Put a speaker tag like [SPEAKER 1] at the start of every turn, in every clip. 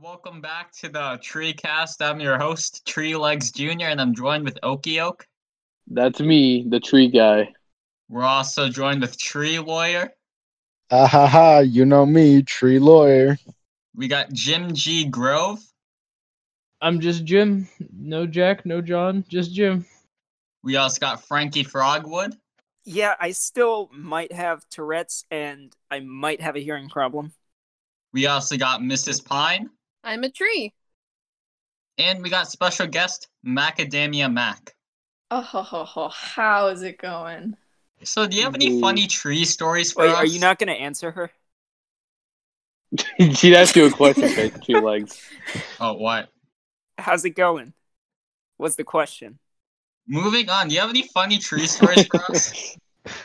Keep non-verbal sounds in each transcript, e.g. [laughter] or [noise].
[SPEAKER 1] welcome back to the Tree Cast. I'm your host, Tree Legs Jr., and I'm joined with Okie Oak.
[SPEAKER 2] That's me, the tree guy.
[SPEAKER 1] We're also joined with Tree Lawyer.
[SPEAKER 3] Ah ha ha, you know me, tree lawyer.
[SPEAKER 1] We got Jim G. Grove.
[SPEAKER 2] I'm just Jim. No Jack, no John, just [laughs] Jim.
[SPEAKER 1] We also got Frankie Frogwood.
[SPEAKER 4] Yeah, I still might have Tourette's and I might have a hearing problem.
[SPEAKER 1] We also got Mrs. Pine.
[SPEAKER 5] I'm a tree.
[SPEAKER 1] And we got special guest, Macadamia Mac.
[SPEAKER 5] Oh, ho,
[SPEAKER 6] [laughs]
[SPEAKER 5] ho, ho. how is it going?
[SPEAKER 1] So, do you have any
[SPEAKER 2] Ooh.
[SPEAKER 1] funny tree stories for
[SPEAKER 4] Wait,
[SPEAKER 1] us?
[SPEAKER 4] are you not going to answer her?
[SPEAKER 2] She'd ask you a question, Frank, tree legs.
[SPEAKER 4] [laughs]
[SPEAKER 1] Oh, what?
[SPEAKER 4] How's it going? Was the question.
[SPEAKER 1] Moving on. Do you have any funny tree stories for us?
[SPEAKER 4] [laughs]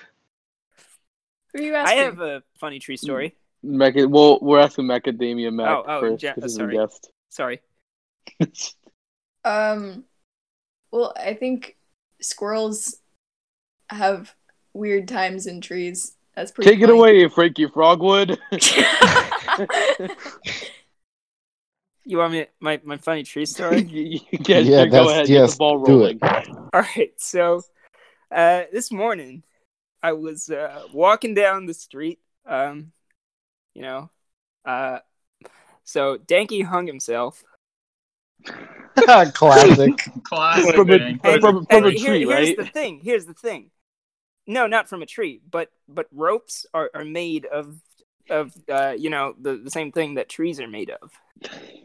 [SPEAKER 5] Who are you
[SPEAKER 4] I
[SPEAKER 5] asking?
[SPEAKER 4] have a funny tree story.
[SPEAKER 2] Maca- well, we're asking Macadamia Mac
[SPEAKER 4] Oh, oh,
[SPEAKER 2] first.
[SPEAKER 4] Ja-
[SPEAKER 2] this is a
[SPEAKER 4] sorry.
[SPEAKER 2] guest.
[SPEAKER 4] Sorry.
[SPEAKER 5] Um, well, I think squirrels have weird times in trees. That's pretty.
[SPEAKER 2] Take it
[SPEAKER 6] [laughs]
[SPEAKER 2] away, [laughs] Frankie Frogwood. [laughs]
[SPEAKER 5] away.
[SPEAKER 4] You want me my, my funny tree story?
[SPEAKER 2] yeah,
[SPEAKER 3] Yeah,
[SPEAKER 2] go
[SPEAKER 3] that's-
[SPEAKER 2] ahead. get
[SPEAKER 3] yes,
[SPEAKER 2] the ball
[SPEAKER 3] do
[SPEAKER 2] rolling.
[SPEAKER 3] it.
[SPEAKER 4] All right, so uh, this morning I was uh, walking down the street. Um, you know, uh, so Danky hung himself.
[SPEAKER 3] Classic.
[SPEAKER 1] Classic.
[SPEAKER 2] From a-
[SPEAKER 1] thing.
[SPEAKER 2] Hey, From- from a tree,
[SPEAKER 4] here's
[SPEAKER 2] right?
[SPEAKER 4] the thing. Here's the thing. No, not from a tree, but but ropes are, are made of of uh, you know the, the same thing that trees are made of.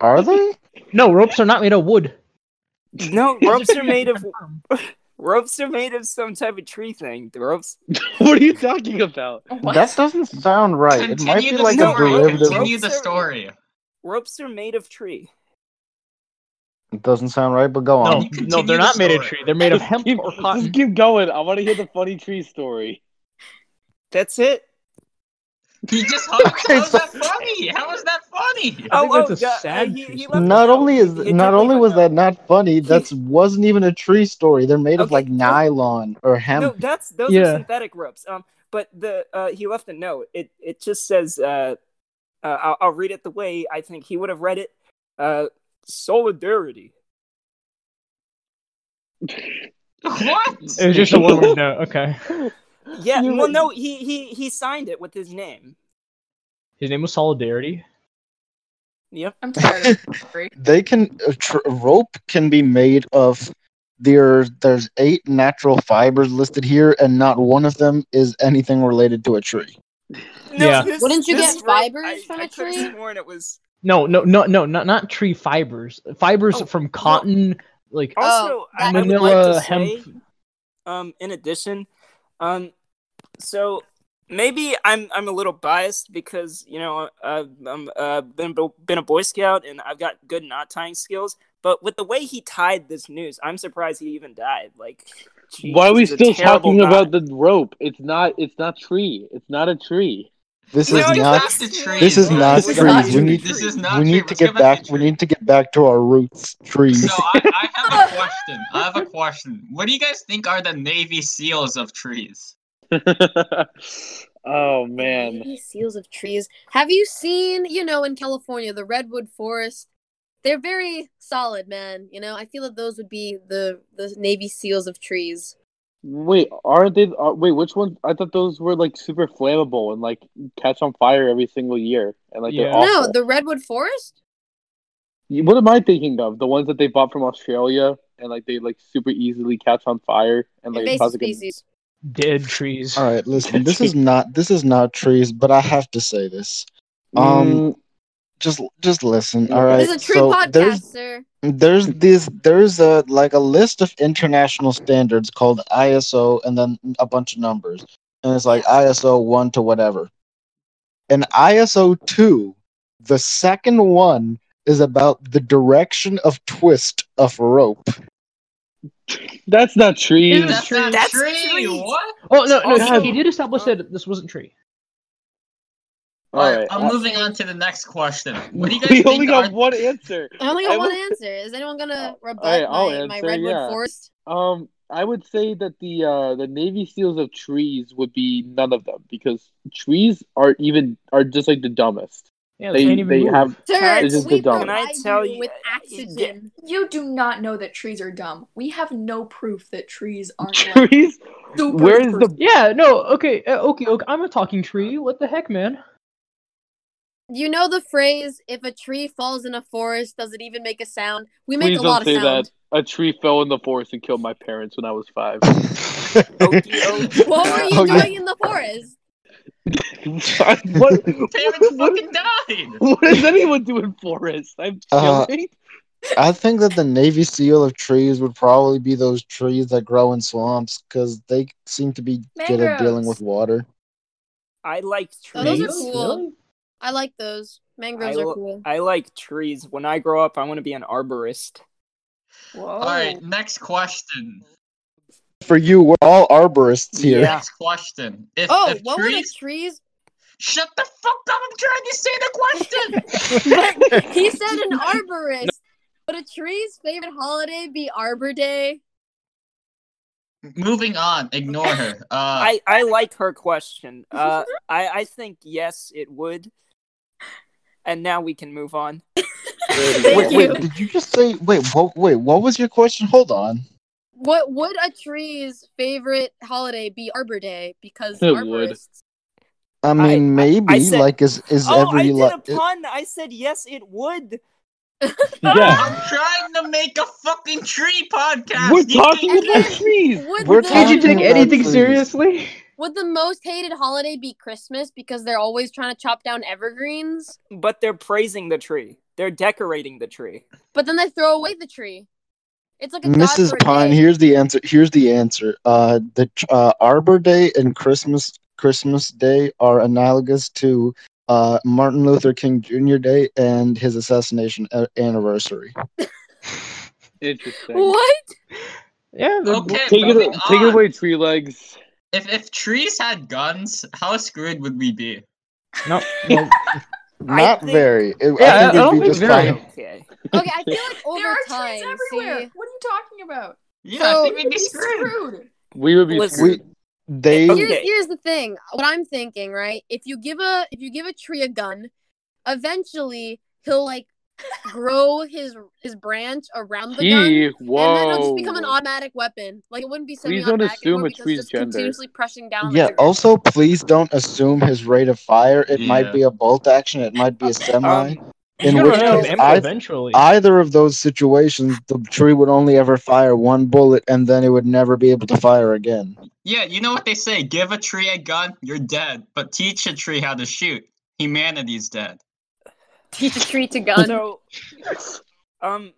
[SPEAKER 3] Are they?
[SPEAKER 7] No, ropes are not made of wood. [laughs]
[SPEAKER 4] No, ropes are made of [laughs] ropes are made of some type of tree thing. The ropes
[SPEAKER 2] [laughs] what are you talking about?
[SPEAKER 5] What?
[SPEAKER 3] That doesn't sound right. it might
[SPEAKER 1] Continue
[SPEAKER 3] be
[SPEAKER 1] the
[SPEAKER 3] like a
[SPEAKER 1] story.
[SPEAKER 3] derivative.
[SPEAKER 1] Continue the
[SPEAKER 4] Ropes are-
[SPEAKER 1] story.
[SPEAKER 4] ropes are made of tree.
[SPEAKER 3] It doesn't sound right, but go
[SPEAKER 7] No,
[SPEAKER 3] on.
[SPEAKER 1] you continue
[SPEAKER 7] no, they're
[SPEAKER 1] the
[SPEAKER 7] not made of
[SPEAKER 1] story.
[SPEAKER 7] tree. They're
[SPEAKER 4] [laughs]
[SPEAKER 7] made of
[SPEAKER 2] Just
[SPEAKER 7] hemp
[SPEAKER 2] keep-
[SPEAKER 7] or
[SPEAKER 2] Just
[SPEAKER 7] cotton.
[SPEAKER 2] keep going. I want to hear the funny tree story.
[SPEAKER 4] That's it.
[SPEAKER 1] He just hung.
[SPEAKER 3] Okay,
[SPEAKER 1] How's
[SPEAKER 3] so-
[SPEAKER 1] that funny? How is that funny? [laughs]
[SPEAKER 7] I think that's a
[SPEAKER 4] Oh, yeah,
[SPEAKER 7] sad
[SPEAKER 4] he-
[SPEAKER 7] tree
[SPEAKER 4] he
[SPEAKER 7] story.
[SPEAKER 4] left
[SPEAKER 3] Not
[SPEAKER 4] a note.
[SPEAKER 3] only is
[SPEAKER 4] He did
[SPEAKER 3] not
[SPEAKER 4] leave
[SPEAKER 3] only
[SPEAKER 4] a
[SPEAKER 3] was that
[SPEAKER 4] note.
[SPEAKER 3] not funny, that's wasn't even a tree story. They're made of
[SPEAKER 4] Okay,
[SPEAKER 3] like
[SPEAKER 4] no.
[SPEAKER 3] nylon or
[SPEAKER 4] no,
[SPEAKER 3] hemp.
[SPEAKER 4] that's those are
[SPEAKER 7] Yeah.
[SPEAKER 4] synthetic ropes. Um, but the uh, he left a note. It it just says uh, uh I'll, I'll read it the way I think he would have read it. Uh, solidarity.
[SPEAKER 1] What?
[SPEAKER 7] It was just a
[SPEAKER 4] [laughs]
[SPEAKER 7] one word note. Okay.
[SPEAKER 4] Yeah.
[SPEAKER 2] You-
[SPEAKER 4] well, no, he he he signed it with his name.
[SPEAKER 7] His name was Solidarity.
[SPEAKER 4] Yep.
[SPEAKER 5] I'm
[SPEAKER 3] [laughs]
[SPEAKER 5] tired of that story.
[SPEAKER 3] They can a tr- rope can be made of there. There's eight natural fibers listed here, and not one of them is anything related to a tree.
[SPEAKER 4] No,
[SPEAKER 7] Yeah.
[SPEAKER 4] this-
[SPEAKER 5] Wouldn't you
[SPEAKER 4] this
[SPEAKER 5] get
[SPEAKER 4] rope-
[SPEAKER 5] fibers
[SPEAKER 4] I-
[SPEAKER 5] from
[SPEAKER 4] I
[SPEAKER 5] a
[SPEAKER 4] could've
[SPEAKER 5] tree?
[SPEAKER 4] Sworn it was.
[SPEAKER 7] No, no, no, no, not not tree fibers. Fibers
[SPEAKER 4] Oh,
[SPEAKER 7] from cotton, like
[SPEAKER 5] Oh,
[SPEAKER 4] Also, I, I would
[SPEAKER 7] manila
[SPEAKER 4] like to
[SPEAKER 7] hemp.
[SPEAKER 4] say, um, in addition, um, so maybe I'm I'm a little biased because you know I've I'm, uh, been been a Boy Scout and I've got good knot tying skills. But with the way he tied this noose, I'm surprised he even died. Like, geez,
[SPEAKER 2] Why are we
[SPEAKER 4] it's a
[SPEAKER 2] still
[SPEAKER 4] terrible
[SPEAKER 2] talking
[SPEAKER 4] knot.
[SPEAKER 2] about the rope? It's not. It's not tree. It's not a tree.
[SPEAKER 3] This
[SPEAKER 4] No,
[SPEAKER 3] is
[SPEAKER 4] you
[SPEAKER 3] not
[SPEAKER 4] have to
[SPEAKER 3] This is
[SPEAKER 1] Bro,
[SPEAKER 3] not
[SPEAKER 1] this
[SPEAKER 5] true.
[SPEAKER 1] not
[SPEAKER 5] We
[SPEAKER 1] true.
[SPEAKER 3] need-
[SPEAKER 1] This is
[SPEAKER 5] [laughs]
[SPEAKER 1] not
[SPEAKER 3] we
[SPEAKER 1] true.
[SPEAKER 3] need to
[SPEAKER 1] Let's
[SPEAKER 3] get
[SPEAKER 1] give us the
[SPEAKER 3] back. We
[SPEAKER 1] tree.
[SPEAKER 3] need to get back to our roots, trees.
[SPEAKER 1] So I, I have a question. I have a question. What do you guys think are the Navy SEALs of trees?
[SPEAKER 2] [laughs] oh man.
[SPEAKER 5] Baby Seals of trees. Have you seen, you know, in California, the redwood forest? They're very solid, man. You know, I feel that those would be the the Navy Seals of trees.
[SPEAKER 2] Wait, aren't they? Are, wait, which ones? I thought those were like super flammable and like catch on fire every single year. And like they're
[SPEAKER 7] Yeah.
[SPEAKER 2] awful.
[SPEAKER 5] No, the redwood forest.
[SPEAKER 2] You- What am I thinking of? The ones that they bought from Australia and like they like super easily catch on fire and like it
[SPEAKER 5] Invasive
[SPEAKER 2] causes like, a-
[SPEAKER 5] species.
[SPEAKER 7] dead
[SPEAKER 3] [laughs]
[SPEAKER 7] trees.
[SPEAKER 3] All right, listen. This
[SPEAKER 5] [laughs]
[SPEAKER 3] is not this is not trees, but I have to say this. Um,
[SPEAKER 2] Mm,
[SPEAKER 3] Just just listen. All
[SPEAKER 2] Yeah.
[SPEAKER 3] right.
[SPEAKER 5] This is a tree
[SPEAKER 3] so
[SPEAKER 5] podcast,
[SPEAKER 3] there's
[SPEAKER 5] sir.
[SPEAKER 3] there's these there's a like a list of international standards called ISO and then a bunch of numbers. And it's like ISO 1 to whatever. And ISO 2, the second one is about the direction of twist of rope. [laughs]
[SPEAKER 2] that's not trees.
[SPEAKER 7] Dude,
[SPEAKER 1] That's not
[SPEAKER 4] That's
[SPEAKER 1] tree.
[SPEAKER 4] trees.
[SPEAKER 1] What?
[SPEAKER 7] Oh no, no,
[SPEAKER 4] Also-
[SPEAKER 7] he did establish
[SPEAKER 4] Uh,
[SPEAKER 7] that this wasn't tree.
[SPEAKER 2] All
[SPEAKER 1] Alright,
[SPEAKER 2] right.
[SPEAKER 1] I'm moving on to the next question. What do
[SPEAKER 3] [laughs]
[SPEAKER 1] you guys
[SPEAKER 2] [laughs] we
[SPEAKER 1] think
[SPEAKER 2] only
[SPEAKER 1] are- [laughs]
[SPEAKER 2] got one answer.
[SPEAKER 5] I only got
[SPEAKER 2] I
[SPEAKER 5] one
[SPEAKER 2] would-
[SPEAKER 5] answer. Is anyone gonna
[SPEAKER 2] Alright,
[SPEAKER 5] rebut
[SPEAKER 2] I'll
[SPEAKER 5] my, my
[SPEAKER 2] answer,
[SPEAKER 5] redwood
[SPEAKER 2] yeah.
[SPEAKER 5] forest?
[SPEAKER 2] Um, I would say that the uh the Navy SEALs of trees would be none of them because trees are even are just like the dumbest.
[SPEAKER 7] Yeah, they,
[SPEAKER 2] They
[SPEAKER 7] can't even
[SPEAKER 2] they
[SPEAKER 7] move.
[SPEAKER 2] have
[SPEAKER 5] Sir,
[SPEAKER 4] Can
[SPEAKER 2] I just
[SPEAKER 5] we
[SPEAKER 2] get dumb.
[SPEAKER 4] Can I
[SPEAKER 5] provide
[SPEAKER 4] tell
[SPEAKER 5] you
[SPEAKER 4] you- uh,
[SPEAKER 5] with oxygen.
[SPEAKER 6] You do not know that trees are dumb. We have no proof
[SPEAKER 2] [laughs]
[SPEAKER 6] that trees
[SPEAKER 5] Oh,
[SPEAKER 6] aren't like
[SPEAKER 2] trees.
[SPEAKER 6] super
[SPEAKER 2] Where is the
[SPEAKER 7] Yeah, no, okay, uh, okay, okay. I'm a talking tree. What the heck,
[SPEAKER 4] [laughs]
[SPEAKER 7] man?
[SPEAKER 5] You know the phrase, if a tree falls in a forest, does it even make a sound? We make
[SPEAKER 2] Please
[SPEAKER 5] a lot
[SPEAKER 2] don't say
[SPEAKER 5] of sound.
[SPEAKER 2] that. A tree fell in the forest and killed my parents when I was
[SPEAKER 7] [laughs]
[SPEAKER 2] five.
[SPEAKER 5] What were
[SPEAKER 3] [laughs]
[SPEAKER 5] you
[SPEAKER 3] Oh, yeah.
[SPEAKER 5] doing in the forest?
[SPEAKER 2] what,
[SPEAKER 1] David
[SPEAKER 3] [laughs]
[SPEAKER 2] what-
[SPEAKER 1] fucking died.
[SPEAKER 3] Oh.
[SPEAKER 2] what does anyone do in forests? I'm
[SPEAKER 3] Uh,
[SPEAKER 2] chilling.
[SPEAKER 3] I think that the Navy SEAL of trees would probably be those trees that grow in swamps because they seem to be good at dealing
[SPEAKER 6] Mangroves.
[SPEAKER 3] with water.
[SPEAKER 4] I like trees.
[SPEAKER 5] Oh, those are
[SPEAKER 7] Trees?
[SPEAKER 5] cool. [laughs]
[SPEAKER 7] Really?
[SPEAKER 5] I like those. Mangroves
[SPEAKER 4] I
[SPEAKER 5] are
[SPEAKER 4] lo-
[SPEAKER 5] cool.
[SPEAKER 4] I like trees. When I grow up, I want to be an arborist.
[SPEAKER 6] Whoa.
[SPEAKER 1] All right, next question.
[SPEAKER 3] For you, we're all arborists here.
[SPEAKER 4] Yeah.
[SPEAKER 1] Next question. If,
[SPEAKER 5] Oh,
[SPEAKER 1] if
[SPEAKER 5] what would a
[SPEAKER 1] trees
[SPEAKER 5] tree's?
[SPEAKER 1] Shut the fuck up! I'm trying to say the question.
[SPEAKER 5] He said an arborist. Would a tree's favorite holiday be Arbor Day?
[SPEAKER 1] Moving on. Ignore her. Uh,
[SPEAKER 4] I, I like her question.
[SPEAKER 5] [laughs]
[SPEAKER 4] Uh, I, I think yes, it would. And now we can move on.
[SPEAKER 3] [laughs]
[SPEAKER 5] Thank
[SPEAKER 3] wait,
[SPEAKER 5] you.
[SPEAKER 3] wait, did you just say wait? What? Wait, what was your question? Hold on.
[SPEAKER 5] What would a tree's favorite holiday be Arbor Day? Because
[SPEAKER 2] It would.
[SPEAKER 5] arborists.
[SPEAKER 3] I mean,
[SPEAKER 4] I- I-
[SPEAKER 3] maybe
[SPEAKER 4] I said-
[SPEAKER 3] like is is
[SPEAKER 4] Oh, I
[SPEAKER 3] every
[SPEAKER 4] did
[SPEAKER 3] like
[SPEAKER 4] a pun. I said yes, it would.
[SPEAKER 2] yeah,
[SPEAKER 1] I'm trying to make a fucking tree podcast.
[SPEAKER 2] we're
[SPEAKER 1] You
[SPEAKER 2] talking
[SPEAKER 1] think-
[SPEAKER 2] about trees.
[SPEAKER 5] Would
[SPEAKER 3] We're
[SPEAKER 5] the,
[SPEAKER 7] Did you
[SPEAKER 3] talking
[SPEAKER 7] take
[SPEAKER 3] about
[SPEAKER 7] anything
[SPEAKER 3] trees.
[SPEAKER 7] seriously?
[SPEAKER 5] would the most hated holiday be Christmas because they're always trying to chop down evergreens?
[SPEAKER 4] But they're praising the tree. They're decorating the tree.
[SPEAKER 5] But then they throw away the tree. It's like a god
[SPEAKER 3] Mrs.
[SPEAKER 5] for a
[SPEAKER 3] Pine,
[SPEAKER 5] day.
[SPEAKER 3] here's the answer. Here's the answer. Uh, the uh, Arbor Day and Christmas Christmas Day are analogous to uh, Martin Luther King Jr. Day and his assassination a- anniversary.
[SPEAKER 2] Interesting.
[SPEAKER 5] What?
[SPEAKER 7] Yeah, they're
[SPEAKER 1] Okay,
[SPEAKER 2] Take it,
[SPEAKER 1] moving
[SPEAKER 2] take it
[SPEAKER 1] on.
[SPEAKER 2] away, tree legs.
[SPEAKER 1] [laughs] If if trees had guns, how screwed would we be?
[SPEAKER 2] [laughs]
[SPEAKER 7] no, no.
[SPEAKER 4] I
[SPEAKER 3] Not
[SPEAKER 4] think-
[SPEAKER 3] very. It,
[SPEAKER 7] Yeah,
[SPEAKER 3] I
[SPEAKER 7] I
[SPEAKER 3] think
[SPEAKER 7] don't
[SPEAKER 3] it'd be
[SPEAKER 7] think
[SPEAKER 3] just
[SPEAKER 7] very.
[SPEAKER 3] fine.
[SPEAKER 4] Okay.
[SPEAKER 5] Okay, I feel like over
[SPEAKER 6] There are
[SPEAKER 5] time.
[SPEAKER 6] trees everywhere.
[SPEAKER 5] see-
[SPEAKER 6] What are you talking about?
[SPEAKER 1] Yeah,
[SPEAKER 5] So-
[SPEAKER 1] I think we'd be
[SPEAKER 6] He's
[SPEAKER 1] screwed.
[SPEAKER 6] screwed.
[SPEAKER 2] We would be
[SPEAKER 4] Listen.
[SPEAKER 2] screwed.
[SPEAKER 3] We they
[SPEAKER 4] Okay.
[SPEAKER 5] Here's, here's the thing. What I'm thinking, right? If you give a if you give a tree a gun, eventually he'll like grow his his branch around the gun.
[SPEAKER 2] He,
[SPEAKER 5] And then
[SPEAKER 2] whoa.
[SPEAKER 5] it'll just become an automatic weapon. Like it wouldn't be
[SPEAKER 2] Please
[SPEAKER 5] semi-automatic.
[SPEAKER 2] don't
[SPEAKER 5] anymore
[SPEAKER 2] assume a
[SPEAKER 5] because
[SPEAKER 2] tree's
[SPEAKER 5] just
[SPEAKER 2] gender.
[SPEAKER 5] continuously pressing down. on the
[SPEAKER 3] yeah. oh.
[SPEAKER 5] trigger.
[SPEAKER 3] Also, please don't assume his rate of fire. It
[SPEAKER 1] Yeah.
[SPEAKER 3] might be a bolt action. It might be a semi.
[SPEAKER 4] Um,
[SPEAKER 7] He's
[SPEAKER 3] In
[SPEAKER 7] gonna
[SPEAKER 3] which
[SPEAKER 7] run out of
[SPEAKER 3] case,
[SPEAKER 7] ammo
[SPEAKER 3] I-
[SPEAKER 7] eventually.
[SPEAKER 3] Either of those situations, the tree would only ever fire one bullet, and then it would never be able to fire again.
[SPEAKER 1] Yeah, you know what they say: give a tree a gun, you're dead. But teach a tree how to shoot, humanity's dead.
[SPEAKER 5] Teach a tree to gun.
[SPEAKER 3] [laughs]
[SPEAKER 4] So, um,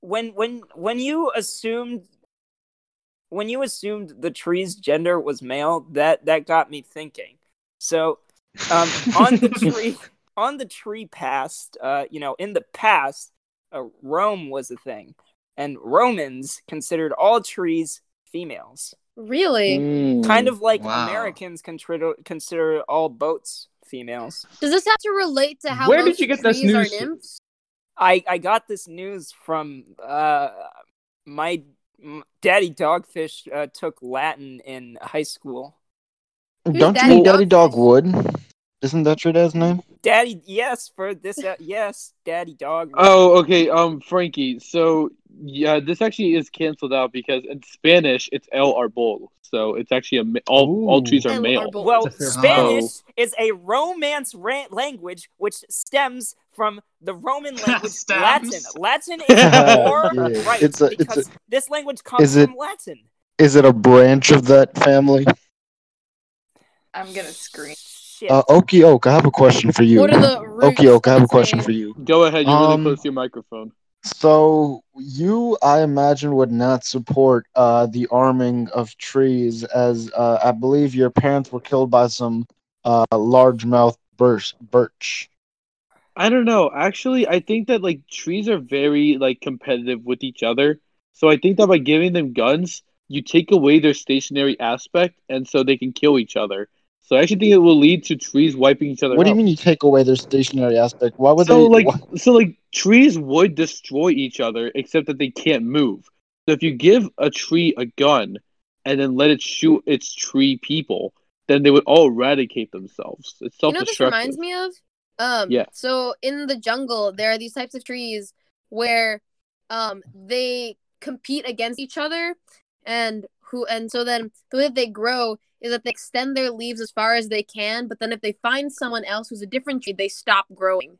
[SPEAKER 4] when when when you assumed when you assumed the tree's gender was male, that that got me thinking. So, um,
[SPEAKER 2] [laughs]
[SPEAKER 4] on
[SPEAKER 7] [laughs]
[SPEAKER 4] the tree on the tree past, uh, you know, in the past, uh, Rome was a thing, and Romans considered all trees females,
[SPEAKER 5] really?
[SPEAKER 2] Mm.
[SPEAKER 4] kind of like
[SPEAKER 1] Wow.
[SPEAKER 4] Americans consider consider all boats females.
[SPEAKER 5] Does this have to relate to how
[SPEAKER 7] Where
[SPEAKER 5] most
[SPEAKER 7] did you get this
[SPEAKER 5] trees are
[SPEAKER 7] news?
[SPEAKER 5] nymphs?
[SPEAKER 4] I I got this news from uh my m- daddy dogfish uh, took Latin in high school.
[SPEAKER 5] Who's
[SPEAKER 3] Don't
[SPEAKER 5] Daddy
[SPEAKER 3] you mean Daddy
[SPEAKER 5] Dogfish?
[SPEAKER 3] Dog Wood? Isn't that your dad's name?
[SPEAKER 4] Daddy, yes, for this, uh, yes, daddy dog.
[SPEAKER 2] Oh, okay. Um, Frankie. So yeah, this actually is canceled out because in Spanish it's el arbol, so it's actually a ma- all all
[SPEAKER 7] Ooh.
[SPEAKER 2] trees are
[SPEAKER 5] El
[SPEAKER 2] male.
[SPEAKER 5] arbol.
[SPEAKER 4] Well,
[SPEAKER 7] That's a fair
[SPEAKER 4] Spanish
[SPEAKER 2] point.
[SPEAKER 4] is a Romance ra- language which stems from the [laughs] Roman language
[SPEAKER 1] Stems?
[SPEAKER 3] [laughs]
[SPEAKER 4] Latin. Latin is more
[SPEAKER 3] Yeah.
[SPEAKER 4] right
[SPEAKER 3] It's a- it's a-
[SPEAKER 4] because this language comes
[SPEAKER 3] is it-
[SPEAKER 4] from Latin.
[SPEAKER 3] Is it a branch of that family?
[SPEAKER 6] I'm gonna scream.
[SPEAKER 4] Shit.
[SPEAKER 3] Uh, Okie Oak, I have a question for you.
[SPEAKER 5] What are the roots?
[SPEAKER 3] Okie Oak, I
[SPEAKER 5] of
[SPEAKER 3] have a
[SPEAKER 5] its
[SPEAKER 3] question
[SPEAKER 5] name?
[SPEAKER 3] for you.
[SPEAKER 2] Go ahead. You're
[SPEAKER 3] Um,
[SPEAKER 2] really close to your microphone.
[SPEAKER 3] So you, I imagine, would not support uh, the arming of trees, as uh, I believe your parents were killed by some uh, largemouth birch. Birch.
[SPEAKER 2] I don't know. Actually, I think that like trees are very like competitive with each other. So I think that by giving them guns, you take away their stationary aspect, and so they can kill each other. So I actually think it will lead to trees wiping each other.
[SPEAKER 3] What do you
[SPEAKER 2] out.
[SPEAKER 3] mean you take away their stationary aspect? Why would
[SPEAKER 2] so
[SPEAKER 3] they?
[SPEAKER 2] like
[SPEAKER 5] [laughs]
[SPEAKER 3] why-
[SPEAKER 2] so like trees would destroy each other except that they can't move so if you give a tree a gun and then let it shoot its tree people then they would all eradicate themselves it's
[SPEAKER 5] You know what this
[SPEAKER 2] self-destructive
[SPEAKER 5] reminds me of? Um,
[SPEAKER 2] Yeah.
[SPEAKER 5] So in the jungle, there are these types of trees where um, they compete against each other, and who and so then the way that they grow is that they extend their leaves as far as they can. But then if they find someone else who's a different tree, they stop growing.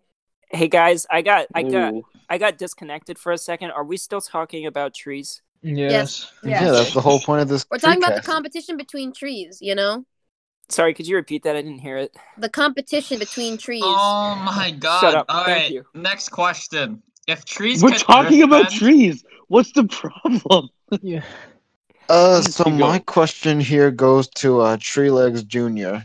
[SPEAKER 4] Hey guys, I got I got
[SPEAKER 2] Ooh.
[SPEAKER 4] I got disconnected for a second. Are we still talking about trees?
[SPEAKER 7] Yes.
[SPEAKER 6] Yes.
[SPEAKER 3] Yeah, that's the whole point of this.
[SPEAKER 5] We're talking about
[SPEAKER 3] tree
[SPEAKER 5] the
[SPEAKER 3] cast.
[SPEAKER 5] competition between trees. You know,
[SPEAKER 4] Sorry, could you repeat that? I didn't hear it.
[SPEAKER 5] the competition between trees.
[SPEAKER 1] Oh my god.
[SPEAKER 4] up.
[SPEAKER 1] All
[SPEAKER 4] Thank
[SPEAKER 1] right.
[SPEAKER 4] you.
[SPEAKER 1] Next question. If trees
[SPEAKER 2] We're
[SPEAKER 1] could
[SPEAKER 2] talking about
[SPEAKER 1] earthbend-
[SPEAKER 2] trees. What's the problem?
[SPEAKER 7] Yeah.
[SPEAKER 3] Uh,
[SPEAKER 2] Please
[SPEAKER 3] so
[SPEAKER 2] keep
[SPEAKER 3] my
[SPEAKER 2] going.
[SPEAKER 3] question here goes to uh, Tree Legs Junior.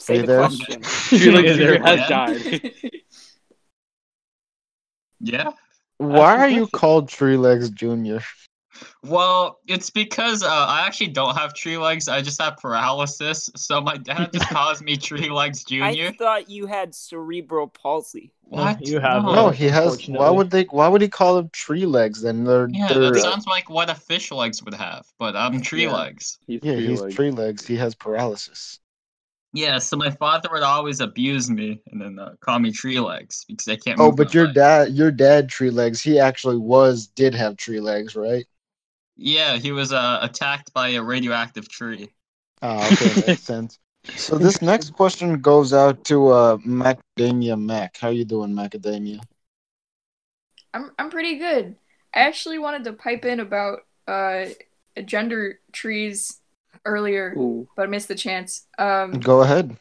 [SPEAKER 4] Say
[SPEAKER 3] you
[SPEAKER 4] the
[SPEAKER 3] there?
[SPEAKER 4] question.
[SPEAKER 2] Tree Legs
[SPEAKER 1] Yeah,
[SPEAKER 2] Junior has
[SPEAKER 1] yeah.
[SPEAKER 2] died.
[SPEAKER 6] [laughs]
[SPEAKER 1] Yeah.
[SPEAKER 3] Why
[SPEAKER 2] the
[SPEAKER 3] are you
[SPEAKER 2] question.
[SPEAKER 3] called Tree Legs Junior?
[SPEAKER 1] Well, it's because uh, I actually don't have tree legs. I just have paralysis. So my dad just calls me Tree Legs Junior.
[SPEAKER 4] I
[SPEAKER 3] [laughs]
[SPEAKER 4] thought you had cerebral palsy.
[SPEAKER 1] What?
[SPEAKER 7] you have
[SPEAKER 1] No.
[SPEAKER 3] No,
[SPEAKER 7] Oh,
[SPEAKER 3] he has. Why
[SPEAKER 7] unfortunately.
[SPEAKER 3] would they? Why would he call them Tree Legs? Then they're
[SPEAKER 1] Yeah,
[SPEAKER 3] they're.
[SPEAKER 1] that
[SPEAKER 3] uh,
[SPEAKER 1] sounds like what a fish legs would have, but I'm tree
[SPEAKER 2] Yeah.
[SPEAKER 1] legs.
[SPEAKER 3] yeah, he's
[SPEAKER 2] Legs.
[SPEAKER 3] Tree Legs. He has paralysis.
[SPEAKER 1] Yeah, so my father would always abuse me and then uh, call me tree legs because I can't.
[SPEAKER 3] Oh,
[SPEAKER 1] move
[SPEAKER 3] but
[SPEAKER 1] my
[SPEAKER 3] your
[SPEAKER 1] leg.
[SPEAKER 3] dad, your dad, Tree Legs. He actually was did have Tree Legs, right?
[SPEAKER 1] Yeah, he was uh, attacked by a radioactive tree.
[SPEAKER 3] Oh, okay,
[SPEAKER 1] [laughs]
[SPEAKER 3] makes sense. So this next question goes out to uh, Macadamia Mac. How you doing, Macadamia?
[SPEAKER 6] I'm I'm pretty good. I actually wanted to pipe in about uh gender trees earlier,
[SPEAKER 2] Ooh.
[SPEAKER 6] but I missed the chance. Um
[SPEAKER 3] Go ahead.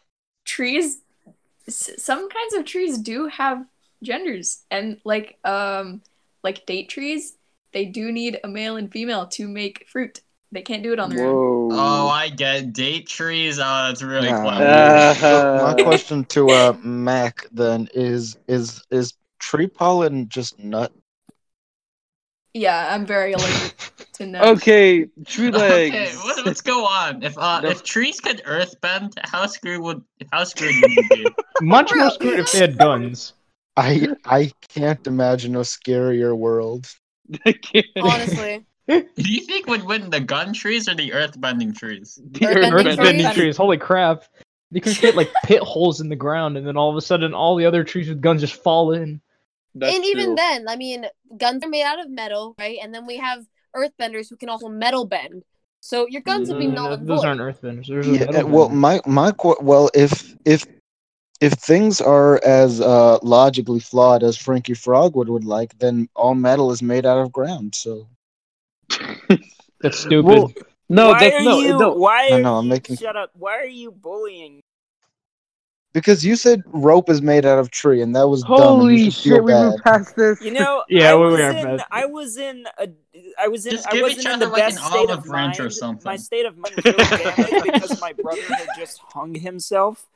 [SPEAKER 6] trees s- some kinds of trees do have genders and like um like date trees, they do need a male and female to make fruit. They can't do it on their
[SPEAKER 2] Whoa.
[SPEAKER 6] own.
[SPEAKER 1] Oh, I get it. date trees. Oh, that's really
[SPEAKER 3] Nah.
[SPEAKER 1] clever.
[SPEAKER 2] Uh,
[SPEAKER 3] So my question to uh, Mac then is is is tree pollen just nut?
[SPEAKER 6] Yeah, I'm very allergic to nuts.
[SPEAKER 2] okay,
[SPEAKER 7] [laughs]
[SPEAKER 2] tree legs.
[SPEAKER 1] Okay, let, us go on. If uh,
[SPEAKER 2] No.
[SPEAKER 1] if trees could earthbend, how screwed would how screwed would you be? [laughs]
[SPEAKER 7] Much
[SPEAKER 5] Bro.
[SPEAKER 7] more screwed if they
[SPEAKER 2] [laughs]
[SPEAKER 7] had guns.
[SPEAKER 3] I I can't imagine a scarier world.
[SPEAKER 2] I can't.
[SPEAKER 5] Honestly,
[SPEAKER 1] Do you think would win the gun trees or the earthbending trees?
[SPEAKER 2] The
[SPEAKER 5] Earthbending
[SPEAKER 2] earthbending
[SPEAKER 5] trees.
[SPEAKER 7] Earthbending trees, holy crap. They could get like pit holes in the ground, and then all of a sudden, all the other trees with guns just fall in.
[SPEAKER 2] That's
[SPEAKER 5] and even
[SPEAKER 2] true.
[SPEAKER 5] then, I mean, guns are made out of metal, right? And then we have earthbenders who can also metal bend. So your guns would be
[SPEAKER 7] Mm,
[SPEAKER 5] null
[SPEAKER 7] th-
[SPEAKER 5] and
[SPEAKER 7] those
[SPEAKER 5] void.
[SPEAKER 7] aren't earthbenders. There's
[SPEAKER 3] Yeah,
[SPEAKER 7] a metal
[SPEAKER 3] uh, well,
[SPEAKER 7] bender.
[SPEAKER 3] my my qu- well, if if if things are as uh, logically flawed as Frankie Frogwood would like, then all metal is made out of ground. So
[SPEAKER 7] That's stupid.
[SPEAKER 2] Well, no,
[SPEAKER 4] why
[SPEAKER 2] that's
[SPEAKER 4] are
[SPEAKER 2] no,
[SPEAKER 4] you?
[SPEAKER 2] no.
[SPEAKER 4] Why
[SPEAKER 3] I
[SPEAKER 4] are
[SPEAKER 3] know, I'm
[SPEAKER 4] you?
[SPEAKER 3] making-
[SPEAKER 4] Shut up! Why are you bullying?
[SPEAKER 3] because you said rope is made out of tree, and that was dumb, and you
[SPEAKER 2] Holy
[SPEAKER 3] should feel
[SPEAKER 2] shit, we
[SPEAKER 3] bad.
[SPEAKER 2] moved past this.
[SPEAKER 4] You
[SPEAKER 3] [laughs]
[SPEAKER 4] know,
[SPEAKER 7] Yeah,
[SPEAKER 4] I
[SPEAKER 7] we- we
[SPEAKER 4] was
[SPEAKER 7] are
[SPEAKER 4] in.
[SPEAKER 7] bad.
[SPEAKER 4] I was in a. I was in.
[SPEAKER 1] Just
[SPEAKER 4] I
[SPEAKER 1] give
[SPEAKER 4] wasn't
[SPEAKER 1] each
[SPEAKER 4] in the
[SPEAKER 1] other, like, an
[SPEAKER 4] best state
[SPEAKER 1] olive
[SPEAKER 4] of
[SPEAKER 1] branch
[SPEAKER 4] mind.
[SPEAKER 1] or
[SPEAKER 4] My
[SPEAKER 1] something.
[SPEAKER 4] state
[SPEAKER 1] [laughs]
[SPEAKER 4] of mind was really damaged because my brother had just hung himself.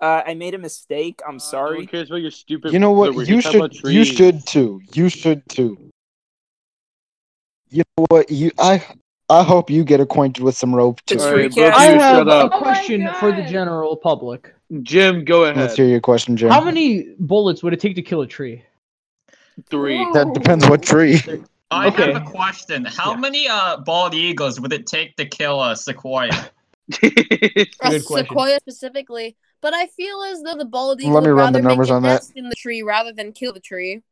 [SPEAKER 4] Uh, I made a mistake.
[SPEAKER 3] Uh,
[SPEAKER 4] I'm
[SPEAKER 2] No
[SPEAKER 4] sorry.
[SPEAKER 2] one cares about your stupid.
[SPEAKER 3] You know what?
[SPEAKER 2] but we're here
[SPEAKER 3] You
[SPEAKER 2] talking about
[SPEAKER 3] should. You
[SPEAKER 2] trees.
[SPEAKER 3] should too. You should too. You know what? You I I hope you get acquainted with some rope
[SPEAKER 4] The
[SPEAKER 3] too.
[SPEAKER 2] All
[SPEAKER 4] tree
[SPEAKER 2] right, both
[SPEAKER 4] cast-
[SPEAKER 2] of
[SPEAKER 7] I
[SPEAKER 2] you
[SPEAKER 7] have
[SPEAKER 2] shut
[SPEAKER 7] a
[SPEAKER 2] up.
[SPEAKER 6] Oh my
[SPEAKER 7] question for the
[SPEAKER 6] God.
[SPEAKER 7] general public.
[SPEAKER 2] Jim, go
[SPEAKER 3] Let's
[SPEAKER 2] ahead.
[SPEAKER 3] hear your question, Jim.
[SPEAKER 7] How many bullets would it take to kill a tree?
[SPEAKER 2] Three.
[SPEAKER 3] That depends what tree.
[SPEAKER 1] I
[SPEAKER 7] Okay.
[SPEAKER 1] have a question. How
[SPEAKER 7] Yeah.
[SPEAKER 1] many uh bald eagles would it take to kill a
[SPEAKER 7] [laughs]
[SPEAKER 1] sequoia?
[SPEAKER 5] A
[SPEAKER 7] Good question.
[SPEAKER 5] sequoia specifically, but I feel as though the bald eagle
[SPEAKER 3] Let me
[SPEAKER 5] would
[SPEAKER 3] run the
[SPEAKER 5] rather make
[SPEAKER 3] numbers
[SPEAKER 5] a
[SPEAKER 3] on that.
[SPEAKER 5] nest in the tree rather than kill the tree.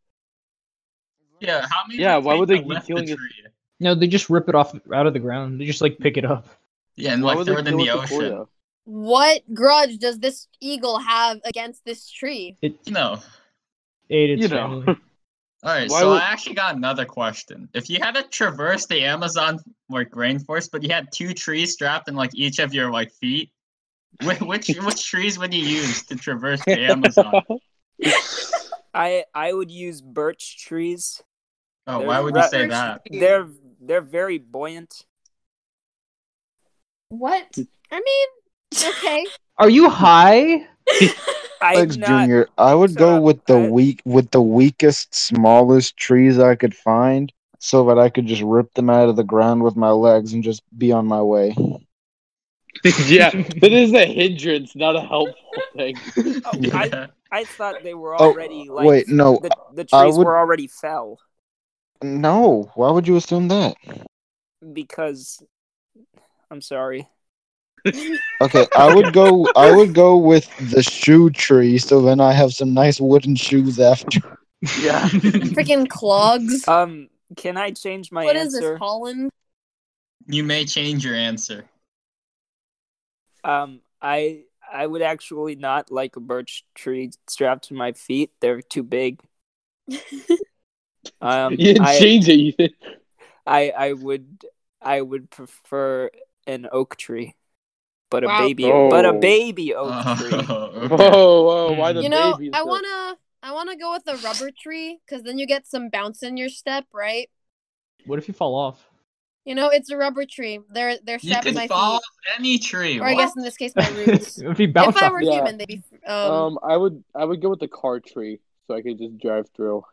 [SPEAKER 1] yeah, how many?
[SPEAKER 2] Yeah,
[SPEAKER 1] it
[SPEAKER 2] why
[SPEAKER 1] take
[SPEAKER 2] would
[SPEAKER 1] to
[SPEAKER 2] they be
[SPEAKER 1] lift the
[SPEAKER 2] killing a-
[SPEAKER 1] tree?
[SPEAKER 7] No, they just rip it off out of the ground. They just like pick it up.
[SPEAKER 1] Yeah, and
[SPEAKER 2] Why
[SPEAKER 1] like
[SPEAKER 2] would
[SPEAKER 1] throw
[SPEAKER 2] they
[SPEAKER 1] it in
[SPEAKER 2] kill
[SPEAKER 1] the
[SPEAKER 2] a
[SPEAKER 1] ocean.
[SPEAKER 2] sequoia?
[SPEAKER 5] What grudge does this eagle have against this tree?
[SPEAKER 7] It
[SPEAKER 1] You know.
[SPEAKER 7] ate its
[SPEAKER 2] You know.
[SPEAKER 7] family.
[SPEAKER 1] All right,
[SPEAKER 2] Why
[SPEAKER 1] so
[SPEAKER 2] would-
[SPEAKER 1] I actually got another question. If you had to traverse the Amazon like rainforest, but you had two trees strapped in like each of your like feet, [laughs] whi-
[SPEAKER 2] [laughs]
[SPEAKER 1] which which trees would you use to traverse the Amazon?
[SPEAKER 4] I I would use birch trees.
[SPEAKER 1] Oh,
[SPEAKER 4] They're
[SPEAKER 1] why would you say
[SPEAKER 6] Birch
[SPEAKER 1] that?
[SPEAKER 6] tree.
[SPEAKER 4] They're they're very buoyant.
[SPEAKER 6] What?
[SPEAKER 5] I
[SPEAKER 7] [laughs]
[SPEAKER 5] mean, okay.
[SPEAKER 7] Are you high?
[SPEAKER 4] I'm
[SPEAKER 3] Alex
[SPEAKER 4] not.
[SPEAKER 3] Jr. I would
[SPEAKER 4] shut
[SPEAKER 3] go
[SPEAKER 4] up.
[SPEAKER 3] with the
[SPEAKER 4] I-
[SPEAKER 3] weak with the weakest, smallest trees I could find so that I could just rip them out of the ground with my legs and just be on my way.
[SPEAKER 2] yeah, that is a hindrance, not a helpful thing.
[SPEAKER 4] Oh, I
[SPEAKER 1] [laughs] Yeah.
[SPEAKER 4] I thought they were
[SPEAKER 3] Oh,
[SPEAKER 4] already like
[SPEAKER 3] wait, no,
[SPEAKER 4] the, the
[SPEAKER 3] I
[SPEAKER 4] trees
[SPEAKER 3] would-
[SPEAKER 4] were already fell
[SPEAKER 3] No, why would you assume that?
[SPEAKER 4] because I'm sorry.
[SPEAKER 3] Okay, I would go. I would go with the shoe tree. So then I have some nice wooden shoes after.
[SPEAKER 2] Yeah.
[SPEAKER 5] Freaking clogs.
[SPEAKER 4] Um, can I change my
[SPEAKER 5] What is
[SPEAKER 4] answer?
[SPEAKER 5] this, Holland?
[SPEAKER 1] [laughs] You may change your answer.
[SPEAKER 4] um, I I would actually not like a birch tree strapped to my feet. They're too big.
[SPEAKER 2] [laughs]
[SPEAKER 4] Um,
[SPEAKER 2] you didn't
[SPEAKER 4] I,
[SPEAKER 2] change it. Ethan.
[SPEAKER 4] I I would I would prefer an oak tree, but
[SPEAKER 5] Wow.
[SPEAKER 4] a baby,
[SPEAKER 2] Oh.
[SPEAKER 4] but a baby oak
[SPEAKER 1] [laughs]
[SPEAKER 2] [laughs]
[SPEAKER 4] tree.
[SPEAKER 1] Oh,
[SPEAKER 2] Whoa, whoa, why the
[SPEAKER 5] [laughs] you know,
[SPEAKER 2] baby?
[SPEAKER 5] I wanna I wanna go with the rubber tree because then you get some bounce in your step, right?
[SPEAKER 7] What if you fall off?
[SPEAKER 5] You know, it's a rubber tree. They're they're
[SPEAKER 1] you
[SPEAKER 5] strapped to
[SPEAKER 1] could
[SPEAKER 5] my
[SPEAKER 1] fall
[SPEAKER 5] feet,
[SPEAKER 1] off any tree.
[SPEAKER 5] or I guess
[SPEAKER 1] What?
[SPEAKER 5] in this case
[SPEAKER 7] [laughs]
[SPEAKER 5] my roots.
[SPEAKER 7] if you bounce
[SPEAKER 5] if I
[SPEAKER 7] off,
[SPEAKER 5] were
[SPEAKER 7] [laughs] it.
[SPEAKER 2] Yeah.
[SPEAKER 5] human, they'd be um,
[SPEAKER 2] [laughs] Um, I would, I would go with the car tree, so I could just drive through.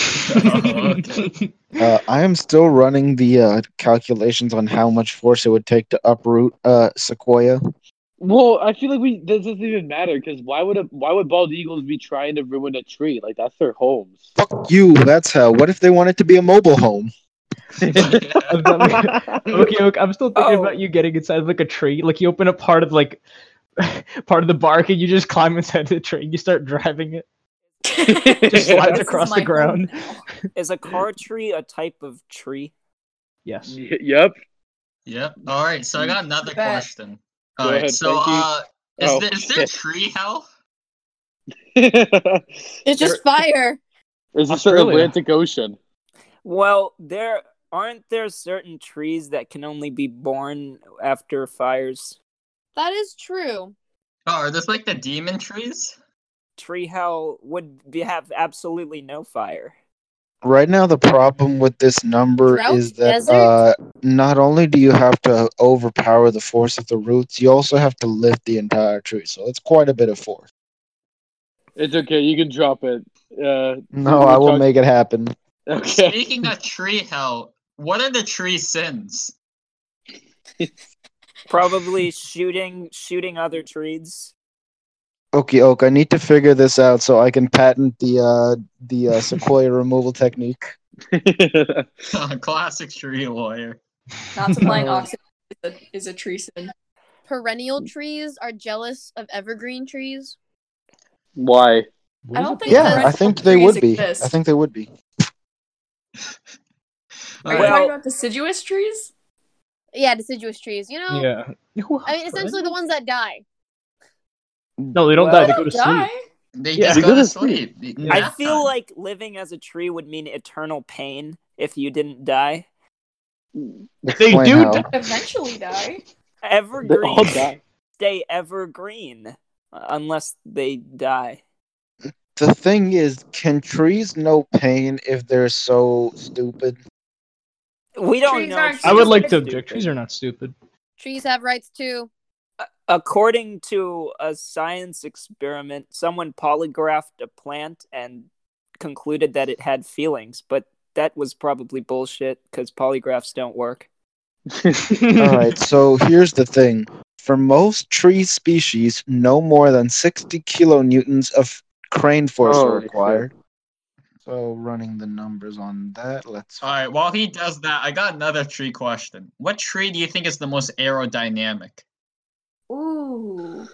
[SPEAKER 1] Oh, okay.
[SPEAKER 3] Uh, I am still running the uh, calculations on how much force it would take to uproot uh, sequoia.
[SPEAKER 2] Well, I feel like we this doesn't even matter because why would a why would bald eagles be trying to ruin a tree? Like that's their homes.
[SPEAKER 3] Fuck you. That's how. What if they want it to be a mobile home?
[SPEAKER 1] [laughs]
[SPEAKER 2] [laughs]
[SPEAKER 7] I'm done with it. okay, okay, I'm still thinking
[SPEAKER 4] Oh.
[SPEAKER 7] about you getting inside of like a tree. Like you open up part of like [laughs] part of the bark and you just climb inside the tree. You start driving it. Just slides
[SPEAKER 6] This is
[SPEAKER 7] across
[SPEAKER 6] my
[SPEAKER 7] the
[SPEAKER 6] home
[SPEAKER 7] ground.
[SPEAKER 6] now.
[SPEAKER 4] Is a car tree a type of tree?
[SPEAKER 7] Yes.
[SPEAKER 2] Y- yep.
[SPEAKER 1] Yep. All right. So I got another
[SPEAKER 6] Bet.
[SPEAKER 1] question. All
[SPEAKER 2] Go
[SPEAKER 1] right.
[SPEAKER 2] ahead,
[SPEAKER 1] So
[SPEAKER 2] thank you.
[SPEAKER 1] uh, is
[SPEAKER 2] Oh,
[SPEAKER 1] there is there tree hell?
[SPEAKER 2] [laughs]
[SPEAKER 5] it's just fire.
[SPEAKER 2] Is this the
[SPEAKER 7] Australia.
[SPEAKER 2] Atlantic Ocean?
[SPEAKER 4] Well, there aren't there certain trees that can only be born after fires.
[SPEAKER 5] That is true.
[SPEAKER 1] Oh, are those like the demon trees?
[SPEAKER 4] Tree hell would be, have absolutely no fire.
[SPEAKER 3] Right now, the problem with this number
[SPEAKER 5] Drought?
[SPEAKER 3] is that
[SPEAKER 5] Desert?
[SPEAKER 3] uh, not only do you have to overpower the force of the roots, you also have to lift the entire tree. So it's quite a bit of force.
[SPEAKER 2] It's okay. You can drop it. Uh,
[SPEAKER 3] No, I will make it happen.
[SPEAKER 2] Okay.
[SPEAKER 1] Speaking of tree hell, what are the tree sins? [laughs]
[SPEAKER 2] [laughs]
[SPEAKER 4] Probably shooting shooting other trees.
[SPEAKER 3] Okay, okay. I need to figure this out so I can patent the uh, the uh, sequoia [laughs] removal technique.
[SPEAKER 1] Classic tree lawyer.
[SPEAKER 6] [laughs] Not supplying
[SPEAKER 2] Oh.
[SPEAKER 6] oxygen is a, is a tree sin.
[SPEAKER 5] Perennial trees are jealous of evergreen trees.
[SPEAKER 2] [laughs] Why?
[SPEAKER 6] I don't think
[SPEAKER 3] Yeah, I
[SPEAKER 6] perennial
[SPEAKER 3] think they
[SPEAKER 6] trees
[SPEAKER 3] would be.
[SPEAKER 6] exist.
[SPEAKER 3] I think they would be.
[SPEAKER 6] Are you
[SPEAKER 1] Alright.
[SPEAKER 4] Well-
[SPEAKER 6] talking about deciduous trees?
[SPEAKER 5] Yeah, deciduous trees. You know,
[SPEAKER 7] Yeah.
[SPEAKER 5] I mean, essentially the ones that die.
[SPEAKER 7] No, they don't
[SPEAKER 4] Well-
[SPEAKER 7] die.
[SPEAKER 6] They
[SPEAKER 7] They go to
[SPEAKER 6] don't die.
[SPEAKER 7] sleep.
[SPEAKER 1] They
[SPEAKER 7] Yeah,
[SPEAKER 1] just
[SPEAKER 2] they
[SPEAKER 1] go to sleep.
[SPEAKER 2] Yeah.
[SPEAKER 4] I feel like living as a tree would mean eternal pain if you didn't die.
[SPEAKER 3] Explain
[SPEAKER 7] do
[SPEAKER 3] how.
[SPEAKER 7] die.
[SPEAKER 6] Eventually die.
[SPEAKER 2] They all
[SPEAKER 4] Evergreen
[SPEAKER 2] die.
[SPEAKER 4] stay evergreen uh, unless they die.
[SPEAKER 3] The thing is, can trees know pain if they're so stupid?
[SPEAKER 4] We don't
[SPEAKER 6] Trees
[SPEAKER 4] know.
[SPEAKER 6] aren't
[SPEAKER 4] if
[SPEAKER 7] I would
[SPEAKER 4] trees
[SPEAKER 7] like
[SPEAKER 4] are
[SPEAKER 7] to
[SPEAKER 4] stupid.
[SPEAKER 7] object. Trees are not stupid.
[SPEAKER 5] Trees have rights too.
[SPEAKER 4] According to a science experiment, someone polygraphed a plant and concluded that it had feelings, but that was probably bullshit because polygraphs don't work.
[SPEAKER 2] [laughs]
[SPEAKER 3] All right, so here's the thing. For most tree species, no more than 60 kilonewtons of crane force
[SPEAKER 2] Holy
[SPEAKER 3] are
[SPEAKER 2] shit.
[SPEAKER 3] required. So, running the numbers on that, let's.
[SPEAKER 1] All right. While he does that, I got another tree question. What tree do you think is the most aerodynamic?
[SPEAKER 6] Ooh.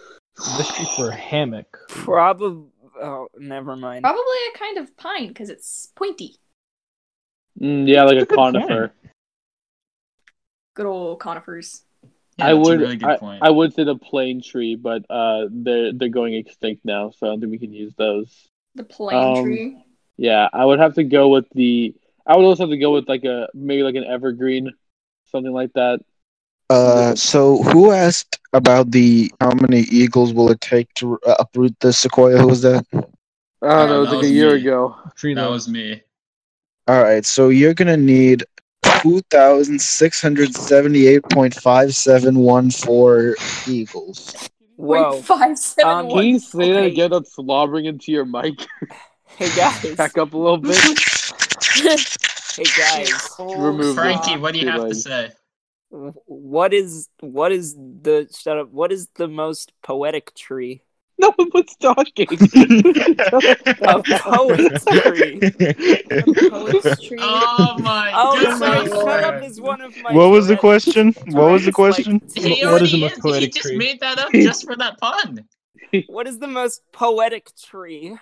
[SPEAKER 7] This tree for a hammock.
[SPEAKER 4] Probably. Oh, never mind.
[SPEAKER 6] Probably a kind of pine because it's pointy.
[SPEAKER 2] Mm, yeah, like a
[SPEAKER 7] That's a good
[SPEAKER 2] conifer.
[SPEAKER 6] Good old conifers.
[SPEAKER 2] I
[SPEAKER 1] that's
[SPEAKER 2] would.
[SPEAKER 1] A really good
[SPEAKER 2] I,
[SPEAKER 1] point.
[SPEAKER 2] I would say the plane tree, but uh, they're they're going extinct now, so I don't think we can use those.
[SPEAKER 6] The plane
[SPEAKER 2] Um,
[SPEAKER 6] tree.
[SPEAKER 2] Yeah, I would have to go with the. I would also have to go with like a maybe like an evergreen, something like that.
[SPEAKER 3] Uh, so who asked about the how many eagles will it take to uh, uproot the sequoia? Who was that?
[SPEAKER 2] I
[SPEAKER 1] don't know, it was like a year
[SPEAKER 2] ago.
[SPEAKER 7] Tree
[SPEAKER 1] that
[SPEAKER 7] love.
[SPEAKER 1] was me.
[SPEAKER 3] All right, so you're gonna need two thousand six hundred seventy-eight point five seven one four eagles.
[SPEAKER 4] Whoa.
[SPEAKER 6] Wait, five, seven,
[SPEAKER 4] Um,
[SPEAKER 2] Can
[SPEAKER 6] one,
[SPEAKER 2] you say that
[SPEAKER 6] four.
[SPEAKER 2] again? I'm slobbering into your mic.
[SPEAKER 4] Hey
[SPEAKER 2] [laughs]
[SPEAKER 4] guys.
[SPEAKER 2] Back up a little bit.
[SPEAKER 4] Hey guys.
[SPEAKER 2] Remove it.
[SPEAKER 1] Frankie, what do you
[SPEAKER 2] Tree
[SPEAKER 1] have to
[SPEAKER 2] leg.
[SPEAKER 1] say?
[SPEAKER 4] Wh- what is what is the shut up what is the most poetic tree
[SPEAKER 2] [laughs] No one was talking.
[SPEAKER 4] A poet's tree.
[SPEAKER 5] [laughs] Poet's tree.
[SPEAKER 1] Oh my
[SPEAKER 4] [laughs] Oh, sorry.
[SPEAKER 1] goodness.
[SPEAKER 4] Shut up is one of my.
[SPEAKER 8] What was the
[SPEAKER 4] Tourette's-
[SPEAKER 8] question? What was the
[SPEAKER 4] Tourette's, like,
[SPEAKER 8] question?
[SPEAKER 1] He
[SPEAKER 7] What
[SPEAKER 1] already
[SPEAKER 7] is the most
[SPEAKER 1] He
[SPEAKER 7] poetic
[SPEAKER 1] just
[SPEAKER 7] tree?
[SPEAKER 1] made that up just for that pun.
[SPEAKER 4] What is the most poetic tree?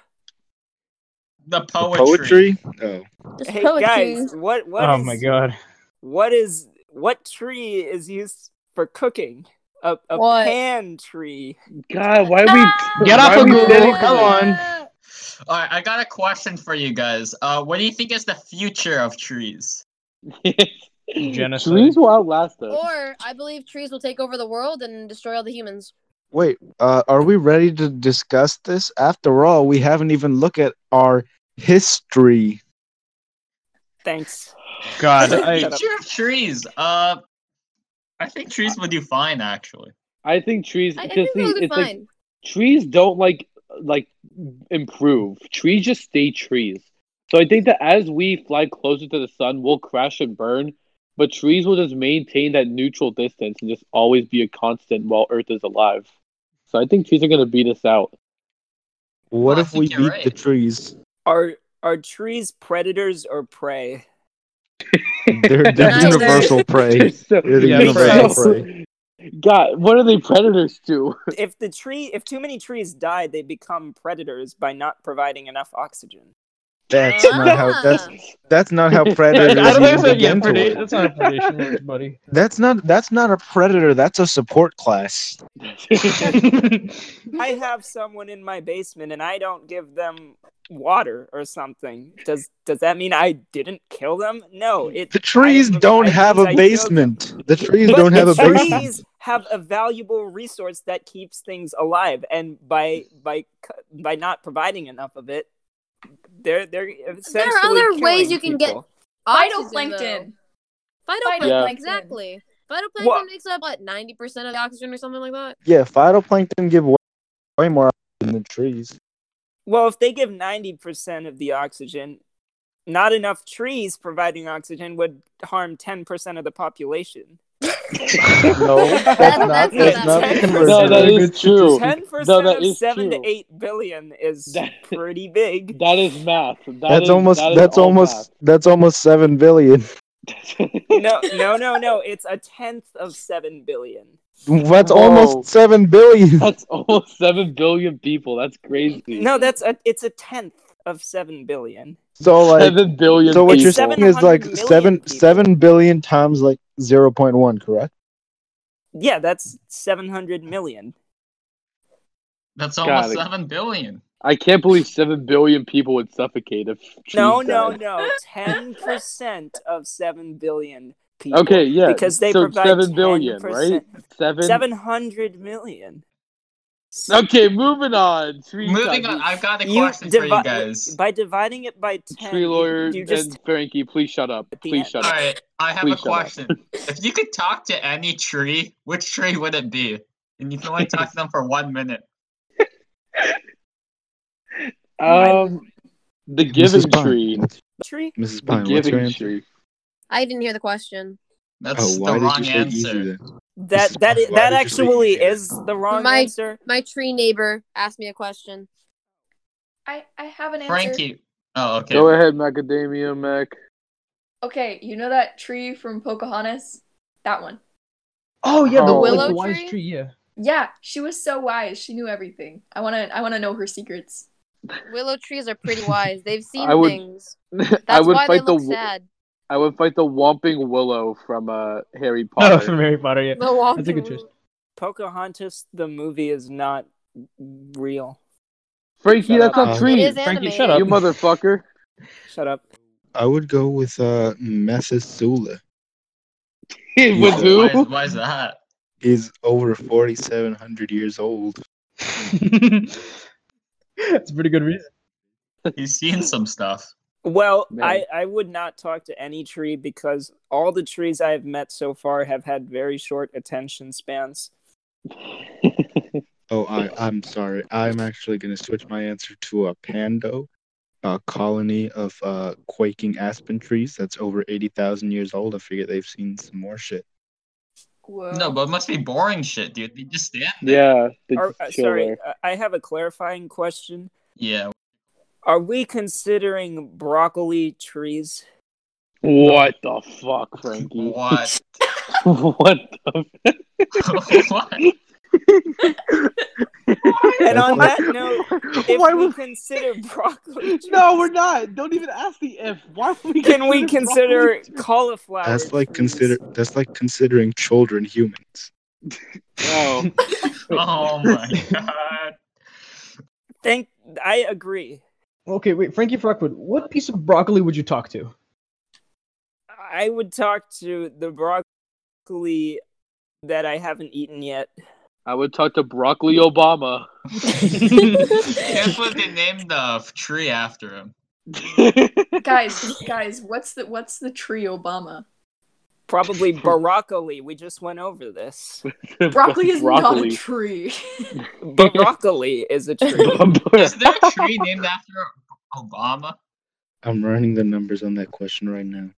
[SPEAKER 1] The poetry.
[SPEAKER 8] Poetry? Oh.
[SPEAKER 5] It's
[SPEAKER 4] Hey
[SPEAKER 5] poetry.
[SPEAKER 4] guys, what what
[SPEAKER 7] Oh
[SPEAKER 4] is-
[SPEAKER 7] my god.
[SPEAKER 4] what is what tree is used for cooking? A, a
[SPEAKER 5] What?
[SPEAKER 4] pan tree.
[SPEAKER 2] [laughs] God, why are we?
[SPEAKER 5] [laughs]
[SPEAKER 7] Get
[SPEAKER 2] why
[SPEAKER 7] up,
[SPEAKER 2] are we
[SPEAKER 7] Google.
[SPEAKER 2] dedicating-
[SPEAKER 7] Come on.
[SPEAKER 1] All right, I got a question for you guys. Uh, what do you think is the future of trees?
[SPEAKER 7] Genocide.
[SPEAKER 2] [laughs] Trees will outlast us.
[SPEAKER 5] Or I believe trees will take over the world and destroy all the humans.
[SPEAKER 3] Wait, uh, are we ready to discuss this? After all, we haven't even looked at our history.
[SPEAKER 4] [laughs] Thanks.
[SPEAKER 2] [laughs]
[SPEAKER 7] God,
[SPEAKER 1] the
[SPEAKER 7] I,
[SPEAKER 4] Shut up.
[SPEAKER 1] future of trees. Uh, I think trees would do fine actually.
[SPEAKER 2] I think trees.
[SPEAKER 5] I, I
[SPEAKER 2] because
[SPEAKER 5] think they'll
[SPEAKER 2] see,
[SPEAKER 5] do
[SPEAKER 2] it's like
[SPEAKER 5] fine.
[SPEAKER 2] trees don't like like improve. Trees just stay trees. So I think that as we fly closer to the sun, we'll crash and burn, but trees will just maintain that neutral distance and just always be a constant while Earth is alive. So I think trees are gonna beat us out.
[SPEAKER 3] What
[SPEAKER 1] I
[SPEAKER 3] if we
[SPEAKER 1] think you're
[SPEAKER 3] beat the
[SPEAKER 1] right.
[SPEAKER 3] trees?
[SPEAKER 4] Are are trees predators or prey?
[SPEAKER 3] They're, they're
[SPEAKER 2] [laughs]
[SPEAKER 5] Neither.
[SPEAKER 3] universal prey.
[SPEAKER 2] They're so- [laughs]
[SPEAKER 3] They're the
[SPEAKER 7] Yeah,
[SPEAKER 3] universal
[SPEAKER 7] so-
[SPEAKER 3] prey.
[SPEAKER 2] God, what are they predators [laughs] to?
[SPEAKER 4] If the tree if too many trees die, they become predators by not providing enough oxygen.
[SPEAKER 3] That's not
[SPEAKER 5] Ah.
[SPEAKER 3] how
[SPEAKER 5] [laughs]
[SPEAKER 3] that's that's not how
[SPEAKER 7] [laughs] I
[SPEAKER 3] predators
[SPEAKER 7] don't think
[SPEAKER 3] even
[SPEAKER 7] that's, yeah,
[SPEAKER 3] begin to work.
[SPEAKER 7] predation, that's not a predation word, buddy.
[SPEAKER 3] That's not that's not a predator, that's a support class.
[SPEAKER 4] I have someone in my basement and I don't give them water or something. Does does that mean I didn't kill them? No, it
[SPEAKER 3] The trees
[SPEAKER 4] I-
[SPEAKER 3] don't
[SPEAKER 4] I
[SPEAKER 3] have
[SPEAKER 4] means
[SPEAKER 3] a
[SPEAKER 4] I killed
[SPEAKER 3] basement. The trees
[SPEAKER 4] but
[SPEAKER 3] don't have a
[SPEAKER 4] the
[SPEAKER 3] basement.
[SPEAKER 4] trees have a valuable resource that keeps things alive, and by by cu- by not providing enough of it, they're they're essentially
[SPEAKER 5] other ways
[SPEAKER 4] killing
[SPEAKER 5] you can get-
[SPEAKER 4] people.
[SPEAKER 6] Phytoplankton.
[SPEAKER 5] Phytoplankton.
[SPEAKER 2] Yeah.
[SPEAKER 5] Exactly. Phytoplankton
[SPEAKER 4] What?
[SPEAKER 5] makes up what ninety percent of the oxygen or something like that.
[SPEAKER 3] Yeah, phytoplankton give way, way more than the trees.
[SPEAKER 4] Well, if they give ninety percent of the oxygen, not enough trees providing oxygen would harm ten percent of the population.
[SPEAKER 3] No, that's
[SPEAKER 5] That's-
[SPEAKER 3] not
[SPEAKER 5] that's
[SPEAKER 3] that's
[SPEAKER 5] not
[SPEAKER 3] not
[SPEAKER 4] fair.
[SPEAKER 3] fair,
[SPEAKER 2] No, that
[SPEAKER 3] dude.
[SPEAKER 2] is true.
[SPEAKER 4] Ten percent
[SPEAKER 2] No, that
[SPEAKER 4] of
[SPEAKER 2] is
[SPEAKER 4] seven
[SPEAKER 2] true.
[SPEAKER 4] to eight billion is
[SPEAKER 2] That- [laughs]
[SPEAKER 4] pretty big.
[SPEAKER 2] That is math. That
[SPEAKER 3] That's
[SPEAKER 2] is-
[SPEAKER 3] almost
[SPEAKER 2] that is
[SPEAKER 3] that's
[SPEAKER 2] all
[SPEAKER 3] almost that's almost seven billion. [laughs]
[SPEAKER 2] math. [laughs]
[SPEAKER 4] No, no, no, no. It's a tenth of seven billion.
[SPEAKER 3] That's
[SPEAKER 2] Whoa.
[SPEAKER 3] almost seven billion. [laughs]
[SPEAKER 2] That's almost seven billion people. That's crazy.
[SPEAKER 4] No, that's a it's a tenth of seven billion.
[SPEAKER 3] So like
[SPEAKER 2] seven billion.
[SPEAKER 3] so what
[SPEAKER 4] It's
[SPEAKER 3] you're
[SPEAKER 2] people.
[SPEAKER 3] saying is like
[SPEAKER 4] 700 million
[SPEAKER 3] seven
[SPEAKER 4] people.
[SPEAKER 3] seven billion times like zero point one, correct?
[SPEAKER 4] Yeah, that's seven hundred million.
[SPEAKER 1] That's
[SPEAKER 2] Got
[SPEAKER 1] almost
[SPEAKER 2] it.
[SPEAKER 1] seven billion.
[SPEAKER 2] I can't believe seven billion people would suffocate if trees
[SPEAKER 4] No, no,
[SPEAKER 2] died.
[SPEAKER 4] no. Ten percent of seven billion people.
[SPEAKER 2] Okay, yeah.
[SPEAKER 4] Because they
[SPEAKER 2] so
[SPEAKER 4] provide
[SPEAKER 2] seven billion,
[SPEAKER 4] 10%.
[SPEAKER 2] right? Seven.
[SPEAKER 4] Seven hundred million.
[SPEAKER 2] Okay, moving on. Trees
[SPEAKER 1] Moving
[SPEAKER 2] died.
[SPEAKER 1] on, I've got a
[SPEAKER 4] You
[SPEAKER 1] question for you
[SPEAKER 4] divi-
[SPEAKER 1] guys.
[SPEAKER 4] By dividing it by ten,
[SPEAKER 2] Tree
[SPEAKER 4] you-
[SPEAKER 2] lawyer
[SPEAKER 4] you, just
[SPEAKER 2] and Frankie, please shut up.
[SPEAKER 4] At the
[SPEAKER 2] Please
[SPEAKER 4] end.
[SPEAKER 2] shut
[SPEAKER 1] All
[SPEAKER 2] up.
[SPEAKER 1] right, I have
[SPEAKER 2] Please
[SPEAKER 1] a
[SPEAKER 2] shut up.
[SPEAKER 1] question. if you could talk to any tree, which tree would it be? And you can only talk to them for one minute.
[SPEAKER 2] Um, the giving
[SPEAKER 3] Mrs. Pine.
[SPEAKER 2] tree.
[SPEAKER 4] tree.
[SPEAKER 3] Mrs.
[SPEAKER 2] The
[SPEAKER 3] Pine, what's your
[SPEAKER 2] giving
[SPEAKER 3] answer?
[SPEAKER 2] tree.
[SPEAKER 5] I didn't hear the question.
[SPEAKER 1] That's
[SPEAKER 8] Oh,
[SPEAKER 1] the
[SPEAKER 8] why did
[SPEAKER 1] wrong
[SPEAKER 8] you say
[SPEAKER 1] answer.
[SPEAKER 8] easy
[SPEAKER 4] That that i-
[SPEAKER 8] Why
[SPEAKER 4] that
[SPEAKER 8] did you
[SPEAKER 4] actually
[SPEAKER 8] say that?
[SPEAKER 4] is the wrong
[SPEAKER 5] My-
[SPEAKER 4] answer.
[SPEAKER 5] My tree neighbor asked me a question.
[SPEAKER 6] I, I have an answer.
[SPEAKER 1] Frankie. Oh, okay.
[SPEAKER 2] Go ahead, macadamia mac. [laughs]
[SPEAKER 6] Okay, you know that tree from Pocahontas? That one.
[SPEAKER 7] Oh yeah, the,
[SPEAKER 2] Oh.
[SPEAKER 7] like,
[SPEAKER 5] Willow
[SPEAKER 7] the wise
[SPEAKER 5] tree?
[SPEAKER 7] tree. [laughs] Yeah.
[SPEAKER 6] Yeah, she was so wise. She knew everything. I wanna I wanna know her secrets.
[SPEAKER 5] Willow trees are pretty wise. They've seen
[SPEAKER 2] I would-
[SPEAKER 5] things.
[SPEAKER 2] I
[SPEAKER 5] That's
[SPEAKER 2] would
[SPEAKER 5] why they
[SPEAKER 2] fight the.
[SPEAKER 5] look
[SPEAKER 2] wo-
[SPEAKER 5] sad.
[SPEAKER 2] I would fight the Whomping Willow from uh, Harry
[SPEAKER 7] Oh,
[SPEAKER 2] Potter.
[SPEAKER 7] from Harry Potter. Yeah.
[SPEAKER 5] The
[SPEAKER 7] That's a good
[SPEAKER 5] walking.
[SPEAKER 7] choice.
[SPEAKER 4] Pocahontas the movie is not real.
[SPEAKER 2] Frankie,
[SPEAKER 4] Shut
[SPEAKER 2] that's
[SPEAKER 7] up.
[SPEAKER 2] not
[SPEAKER 7] Uh,
[SPEAKER 5] It
[SPEAKER 2] trees.
[SPEAKER 5] is
[SPEAKER 7] Frankie,
[SPEAKER 5] animated.
[SPEAKER 7] shut
[SPEAKER 2] You
[SPEAKER 7] up.
[SPEAKER 2] motherfucker. [laughs]
[SPEAKER 4] Shut up.
[SPEAKER 8] I would go with uh, Methuselah.
[SPEAKER 2] With
[SPEAKER 1] Why is,
[SPEAKER 2] who?
[SPEAKER 1] why is that?
[SPEAKER 8] He's over 4,700 years old.
[SPEAKER 7] [laughs] That's a pretty good reason.
[SPEAKER 1] He's seen some stuff.
[SPEAKER 4] Well,
[SPEAKER 2] Man.
[SPEAKER 4] I, I would not talk to any tree because all the trees I have met so far have had very short attention spans.
[SPEAKER 8] Oh, I, I'm sorry. I'm actually going to switch my answer to a pando, a colony of uh, quaking aspen trees that's over 80,000 years old. I figure they've seen some more shit.
[SPEAKER 6] Whoa.
[SPEAKER 1] No, but it must be boring shit, dude. They just stand. there.
[SPEAKER 2] Yeah, they
[SPEAKER 4] Are,
[SPEAKER 2] just
[SPEAKER 4] uh,
[SPEAKER 2] chill
[SPEAKER 4] sorry,
[SPEAKER 2] there.
[SPEAKER 4] uh, I have a clarifying question.
[SPEAKER 1] Yeah.
[SPEAKER 4] Are we considering broccoli
[SPEAKER 2] [laughs]
[SPEAKER 4] trees?
[SPEAKER 2] What the fuck, [laughs] Frankie?
[SPEAKER 1] What? [laughs]
[SPEAKER 2] what the
[SPEAKER 1] what?
[SPEAKER 4] And on that note, if
[SPEAKER 7] Why
[SPEAKER 4] we
[SPEAKER 7] would
[SPEAKER 4] consider broccoli trees,
[SPEAKER 2] No, we're not. Don't even ask the if. Why would we
[SPEAKER 4] can we
[SPEAKER 2] broccoli
[SPEAKER 4] consider
[SPEAKER 2] trees?
[SPEAKER 4] cauliflower?
[SPEAKER 3] That's like
[SPEAKER 4] trees?
[SPEAKER 3] consider that's like considering children humans.
[SPEAKER 2] No.
[SPEAKER 1] Oh my god.
[SPEAKER 4] Thank. I agree.
[SPEAKER 7] Okay, wait, Frankie Frockwood, what piece of broccoli would you talk to?
[SPEAKER 4] I would talk to the broccoli that I haven't eaten yet.
[SPEAKER 2] I would talk to Broccoli [laughs] Obama.
[SPEAKER 1] Guess what they named the f- tree after him?
[SPEAKER 6] guys, guys, what's the what's the tree Obama?
[SPEAKER 7] [laughs]
[SPEAKER 4] Probably broccoli. We just went over this.
[SPEAKER 6] Broccoli is not
[SPEAKER 4] [laughs]
[SPEAKER 6] a
[SPEAKER 2] broccoli.
[SPEAKER 6] tree.
[SPEAKER 4] Broccoli is a tree.
[SPEAKER 1] Is there
[SPEAKER 2] [laughs]
[SPEAKER 1] a tree named after Obama?
[SPEAKER 3] I'm running the numbers on that question right now.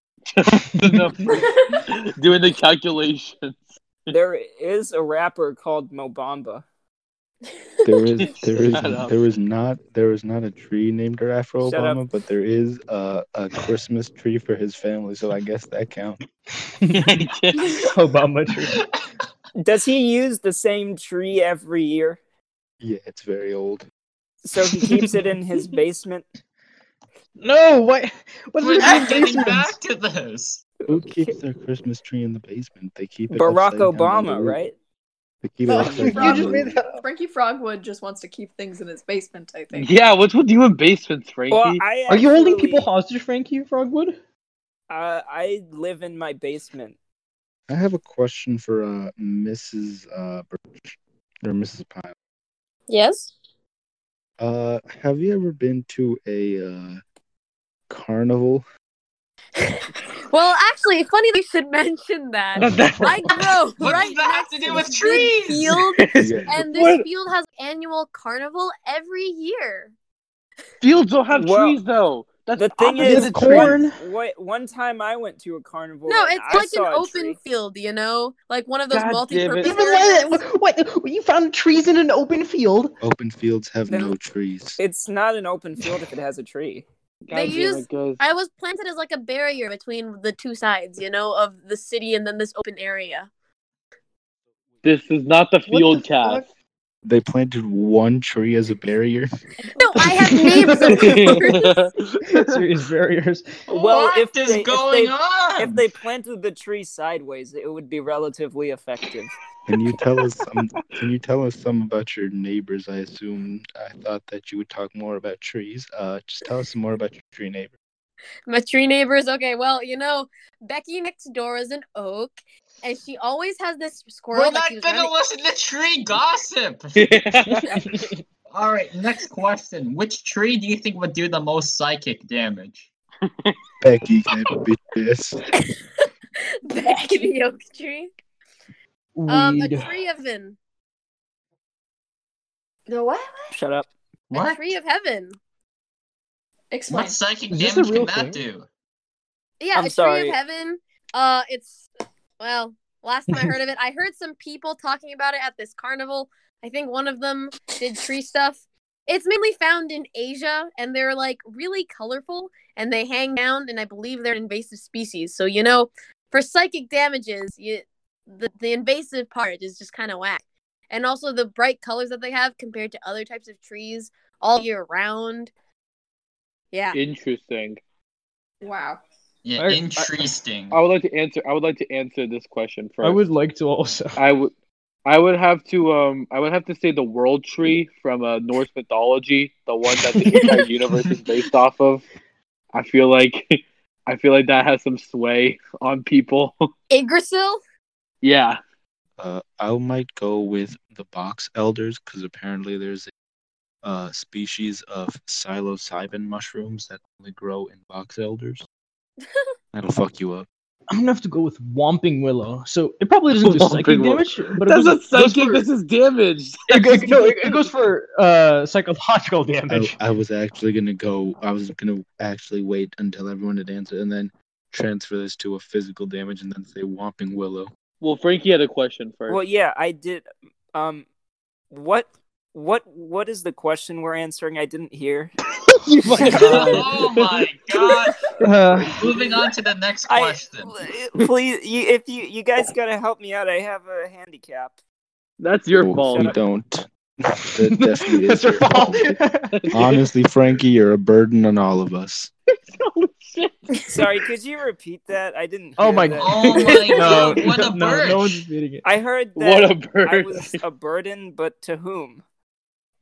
[SPEAKER 2] Doing the calculation.
[SPEAKER 4] there is a rapper called Mobamba.
[SPEAKER 3] There
[SPEAKER 4] [laughs]
[SPEAKER 3] is there is
[SPEAKER 2] Shut up.
[SPEAKER 3] there is not there is not a tree named after
[SPEAKER 4] Shut up.
[SPEAKER 3] Obama, but there is a, a Christmas tree for his family, so I guess that counts.
[SPEAKER 7] Obama tree.
[SPEAKER 4] Does he use the same tree every year?
[SPEAKER 3] Yeah, it's very old.
[SPEAKER 4] So he keeps it in
[SPEAKER 7] [laughs]
[SPEAKER 4] his basement.
[SPEAKER 7] No, why? What's
[SPEAKER 1] We're
[SPEAKER 7] with
[SPEAKER 1] not
[SPEAKER 7] the
[SPEAKER 1] getting back
[SPEAKER 7] basements?
[SPEAKER 1] to this.
[SPEAKER 3] Who keeps their Christmas tree in the basement? They keep it
[SPEAKER 4] Barack
[SPEAKER 3] upside down on the
[SPEAKER 4] Obama,
[SPEAKER 3] roof.
[SPEAKER 4] right?
[SPEAKER 3] They keep it
[SPEAKER 6] No,
[SPEAKER 3] upside
[SPEAKER 7] [laughs] [laughs] You
[SPEAKER 3] down on
[SPEAKER 7] just
[SPEAKER 3] the
[SPEAKER 7] made
[SPEAKER 3] roof.
[SPEAKER 7] that
[SPEAKER 6] [laughs]
[SPEAKER 7] up.
[SPEAKER 6] Frankie Frogwood just wants to keep things in his basement, I think.
[SPEAKER 2] yeah, what's with you in basements, Frankie?
[SPEAKER 4] Well, I
[SPEAKER 7] Are you holding people
[SPEAKER 4] actually-
[SPEAKER 7] hostage, Frankie Frogwood?
[SPEAKER 4] Uh, I live in my basement.
[SPEAKER 3] I have a question for uh, Mrs. Uh, Birch or Mrs. Pyle.
[SPEAKER 5] Yes.
[SPEAKER 3] Uh, have you ever been to a uh,
[SPEAKER 4] [laughs]
[SPEAKER 3] carnival?
[SPEAKER 5] Well, actually, funny they should mention
[SPEAKER 2] [laughs]
[SPEAKER 5] that. [laughs] I grow
[SPEAKER 1] What
[SPEAKER 5] right
[SPEAKER 1] does that have
[SPEAKER 5] next
[SPEAKER 1] to do
[SPEAKER 5] this
[SPEAKER 1] with
[SPEAKER 5] big
[SPEAKER 1] trees?
[SPEAKER 5] field,
[SPEAKER 3] Yeah.
[SPEAKER 5] and this
[SPEAKER 2] What?
[SPEAKER 5] field has annual carnival every year.
[SPEAKER 2] Fields don't have
[SPEAKER 4] Well,
[SPEAKER 2] trees though. That's
[SPEAKER 4] The thing
[SPEAKER 2] opposite
[SPEAKER 4] is,
[SPEAKER 2] of
[SPEAKER 7] It's
[SPEAKER 2] trees.
[SPEAKER 7] corn.
[SPEAKER 4] What one time I went to a carnival.
[SPEAKER 5] No,
[SPEAKER 4] and
[SPEAKER 5] it's
[SPEAKER 4] I
[SPEAKER 5] like
[SPEAKER 4] saw
[SPEAKER 5] an
[SPEAKER 4] a
[SPEAKER 5] open
[SPEAKER 4] tree.
[SPEAKER 5] field, you know, like one of those
[SPEAKER 2] God damn it.
[SPEAKER 5] multi-purpose
[SPEAKER 7] Even like
[SPEAKER 5] areas.
[SPEAKER 7] that, what, what? You found trees in an open field?
[SPEAKER 3] Open fields have
[SPEAKER 4] Then-
[SPEAKER 3] no trees.
[SPEAKER 4] It's not an open field if it has a tree.
[SPEAKER 2] God
[SPEAKER 5] They
[SPEAKER 2] damn
[SPEAKER 5] use-
[SPEAKER 2] it, guys.
[SPEAKER 5] I was planted as like a barrier between the two sides, you know, of the city and then this open area.
[SPEAKER 2] This is not the
[SPEAKER 7] What
[SPEAKER 2] field
[SPEAKER 7] the
[SPEAKER 2] cast.
[SPEAKER 7] fuck?
[SPEAKER 3] They planted one tree as a barrier.
[SPEAKER 5] [laughs] No, I have names, of
[SPEAKER 7] [laughs]
[SPEAKER 5] course.
[SPEAKER 7] Serious barriers.
[SPEAKER 4] Well,
[SPEAKER 1] what
[SPEAKER 4] if
[SPEAKER 1] is
[SPEAKER 4] they- if
[SPEAKER 1] going
[SPEAKER 4] they-
[SPEAKER 1] on?
[SPEAKER 4] If they planted the tree sideways, it would be relatively
[SPEAKER 1] [laughs]
[SPEAKER 4] effective.
[SPEAKER 3] Can you tell us some? Can you tell us some about your neighbors? I assume I thought that you would talk more about trees. Uh, just tell us some more about your tree neighbor.
[SPEAKER 5] [laughs] My tree neighbors, okay, well, you know, Becky next door is an oak, and she always has this squirrel.
[SPEAKER 1] We're
[SPEAKER 5] that
[SPEAKER 1] not
[SPEAKER 5] keeps
[SPEAKER 1] gonna
[SPEAKER 5] running-
[SPEAKER 1] listen to tree gossip.
[SPEAKER 7] [laughs]
[SPEAKER 1] All right, next question. Which tree do you think would do the most psychic damage?
[SPEAKER 3] Becky, that bitch ass.
[SPEAKER 5] [laughs] Becky the oak tree. Um, a
[SPEAKER 7] Weed.
[SPEAKER 5] tree of heaven.
[SPEAKER 6] The what?
[SPEAKER 4] Shut up.
[SPEAKER 5] A
[SPEAKER 1] What?
[SPEAKER 5] tree of heaven.
[SPEAKER 6] Explain.
[SPEAKER 1] What psychic
[SPEAKER 7] Is this a
[SPEAKER 1] damage can
[SPEAKER 7] real
[SPEAKER 1] that
[SPEAKER 7] thing?
[SPEAKER 1] do?
[SPEAKER 5] Yeah,
[SPEAKER 4] I'm
[SPEAKER 5] a
[SPEAKER 4] sorry.
[SPEAKER 5] tree of heaven. Uh, it's well. Last time I heard of it, I heard some people talking about it at this carnival. I think one of them did tree stuff. It's mainly found in Asia, and they're like really colorful, and they hang down, and I believe they're an invasive species. So you know, for psychic damages, you, the the invasive part is just kind of whack. And also the bright colors that they have compared to other types of trees all year round. Yeah.
[SPEAKER 2] Interesting.
[SPEAKER 6] Wow.
[SPEAKER 1] Yeah,
[SPEAKER 7] I- I-
[SPEAKER 1] interesting.
[SPEAKER 2] I would like to answer I would like to answer this question first.
[SPEAKER 7] I would like to also.
[SPEAKER 2] I would I would have to um I would have to say the world tree from uh, Norse mythology, the one that the entire
[SPEAKER 7] [laughs]
[SPEAKER 2] universe is based off of. I feel like [laughs] I feel like that has some sway on people. [laughs]
[SPEAKER 5] Yggdrasil?
[SPEAKER 2] yeah.
[SPEAKER 3] Uh, I might go with the box elders because apparently there's a uh, species of psilocybin mushrooms that only grow in box elders. That'll fuck you up.
[SPEAKER 7] I'm gonna have to go with Whomping Willow. So it probably doesn't do
[SPEAKER 2] Whomping
[SPEAKER 7] psychic
[SPEAKER 2] Willow.
[SPEAKER 7] damage, but it
[SPEAKER 2] That's
[SPEAKER 7] goes,
[SPEAKER 2] a psychic.
[SPEAKER 7] Goes
[SPEAKER 2] This
[SPEAKER 7] for,
[SPEAKER 2] is damaged.
[SPEAKER 7] [laughs] it, it- no, it, it goes for uh, psychological
[SPEAKER 3] I,
[SPEAKER 7] damage.
[SPEAKER 3] I was actually gonna go. I was gonna actually wait until everyone had answered and then transfer this to a physical damage and then say Whomping Willow.
[SPEAKER 2] Well, Frankie had a question first.
[SPEAKER 4] Well, yeah, I did. Um, what, what, what is the question we're answering? I didn't hear.
[SPEAKER 7] [laughs] You fucking-
[SPEAKER 1] [laughs] oh my god.
[SPEAKER 7] [laughs] Uh,
[SPEAKER 1] Moving on to the next
[SPEAKER 4] I-
[SPEAKER 1] question.
[SPEAKER 4] [laughs] Please, you, if you you guys gotta help me out, I have a handicap.
[SPEAKER 2] That's your
[SPEAKER 3] No,
[SPEAKER 2] fault.
[SPEAKER 3] You
[SPEAKER 4] Shut
[SPEAKER 3] don't. That
[SPEAKER 7] [laughs]
[SPEAKER 3] definitely
[SPEAKER 7] Oh,
[SPEAKER 3] is
[SPEAKER 7] That's your
[SPEAKER 3] your [laughs]
[SPEAKER 7] fault. [laughs]
[SPEAKER 3] Honestly, Frankie, you're a burden on all of us.
[SPEAKER 2] [laughs]
[SPEAKER 4] Sorry, could you repeat that? I didn't.
[SPEAKER 7] Oh
[SPEAKER 4] hear
[SPEAKER 7] my
[SPEAKER 4] that.
[SPEAKER 1] Oh my
[SPEAKER 7] [laughs] no,
[SPEAKER 1] god, what a
[SPEAKER 7] no,
[SPEAKER 1] bird.
[SPEAKER 7] no one's beating it.
[SPEAKER 4] I heard that
[SPEAKER 2] What a bird.
[SPEAKER 4] I was a burden, but to whom?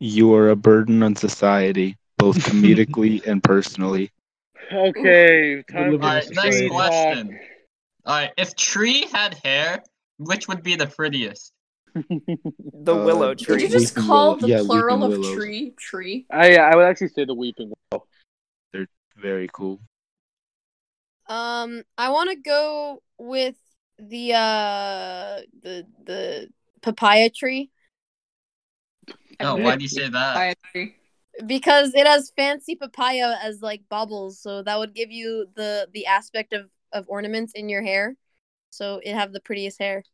[SPEAKER 3] You are a burden on society,
[SPEAKER 2] [laughs]
[SPEAKER 3] both comedically and personally.
[SPEAKER 2] Okay, time
[SPEAKER 7] living
[SPEAKER 2] for
[SPEAKER 7] in a
[SPEAKER 1] Alright, next
[SPEAKER 7] society.
[SPEAKER 2] straight talk.
[SPEAKER 1] question. Alright, if tree had hair, which would be the prettiest?
[SPEAKER 4] The
[SPEAKER 3] Uh,
[SPEAKER 4] willow
[SPEAKER 3] the
[SPEAKER 6] Did you
[SPEAKER 4] tree.
[SPEAKER 6] just
[SPEAKER 3] Weeping
[SPEAKER 6] call
[SPEAKER 3] willow-
[SPEAKER 6] the
[SPEAKER 3] yeah, weeping
[SPEAKER 6] plural of
[SPEAKER 3] willows.
[SPEAKER 6] tree tree?
[SPEAKER 2] I I would actually say the weeping willow.
[SPEAKER 3] Very cool.
[SPEAKER 5] Um, I want to go with the uh the the papaya tree
[SPEAKER 1] Oh, why do you say that?
[SPEAKER 6] By tree.
[SPEAKER 5] because it has fancy papaya as like bubbles, so that would give you the the aspect of of ornaments in your hair. So it have the prettiest hair.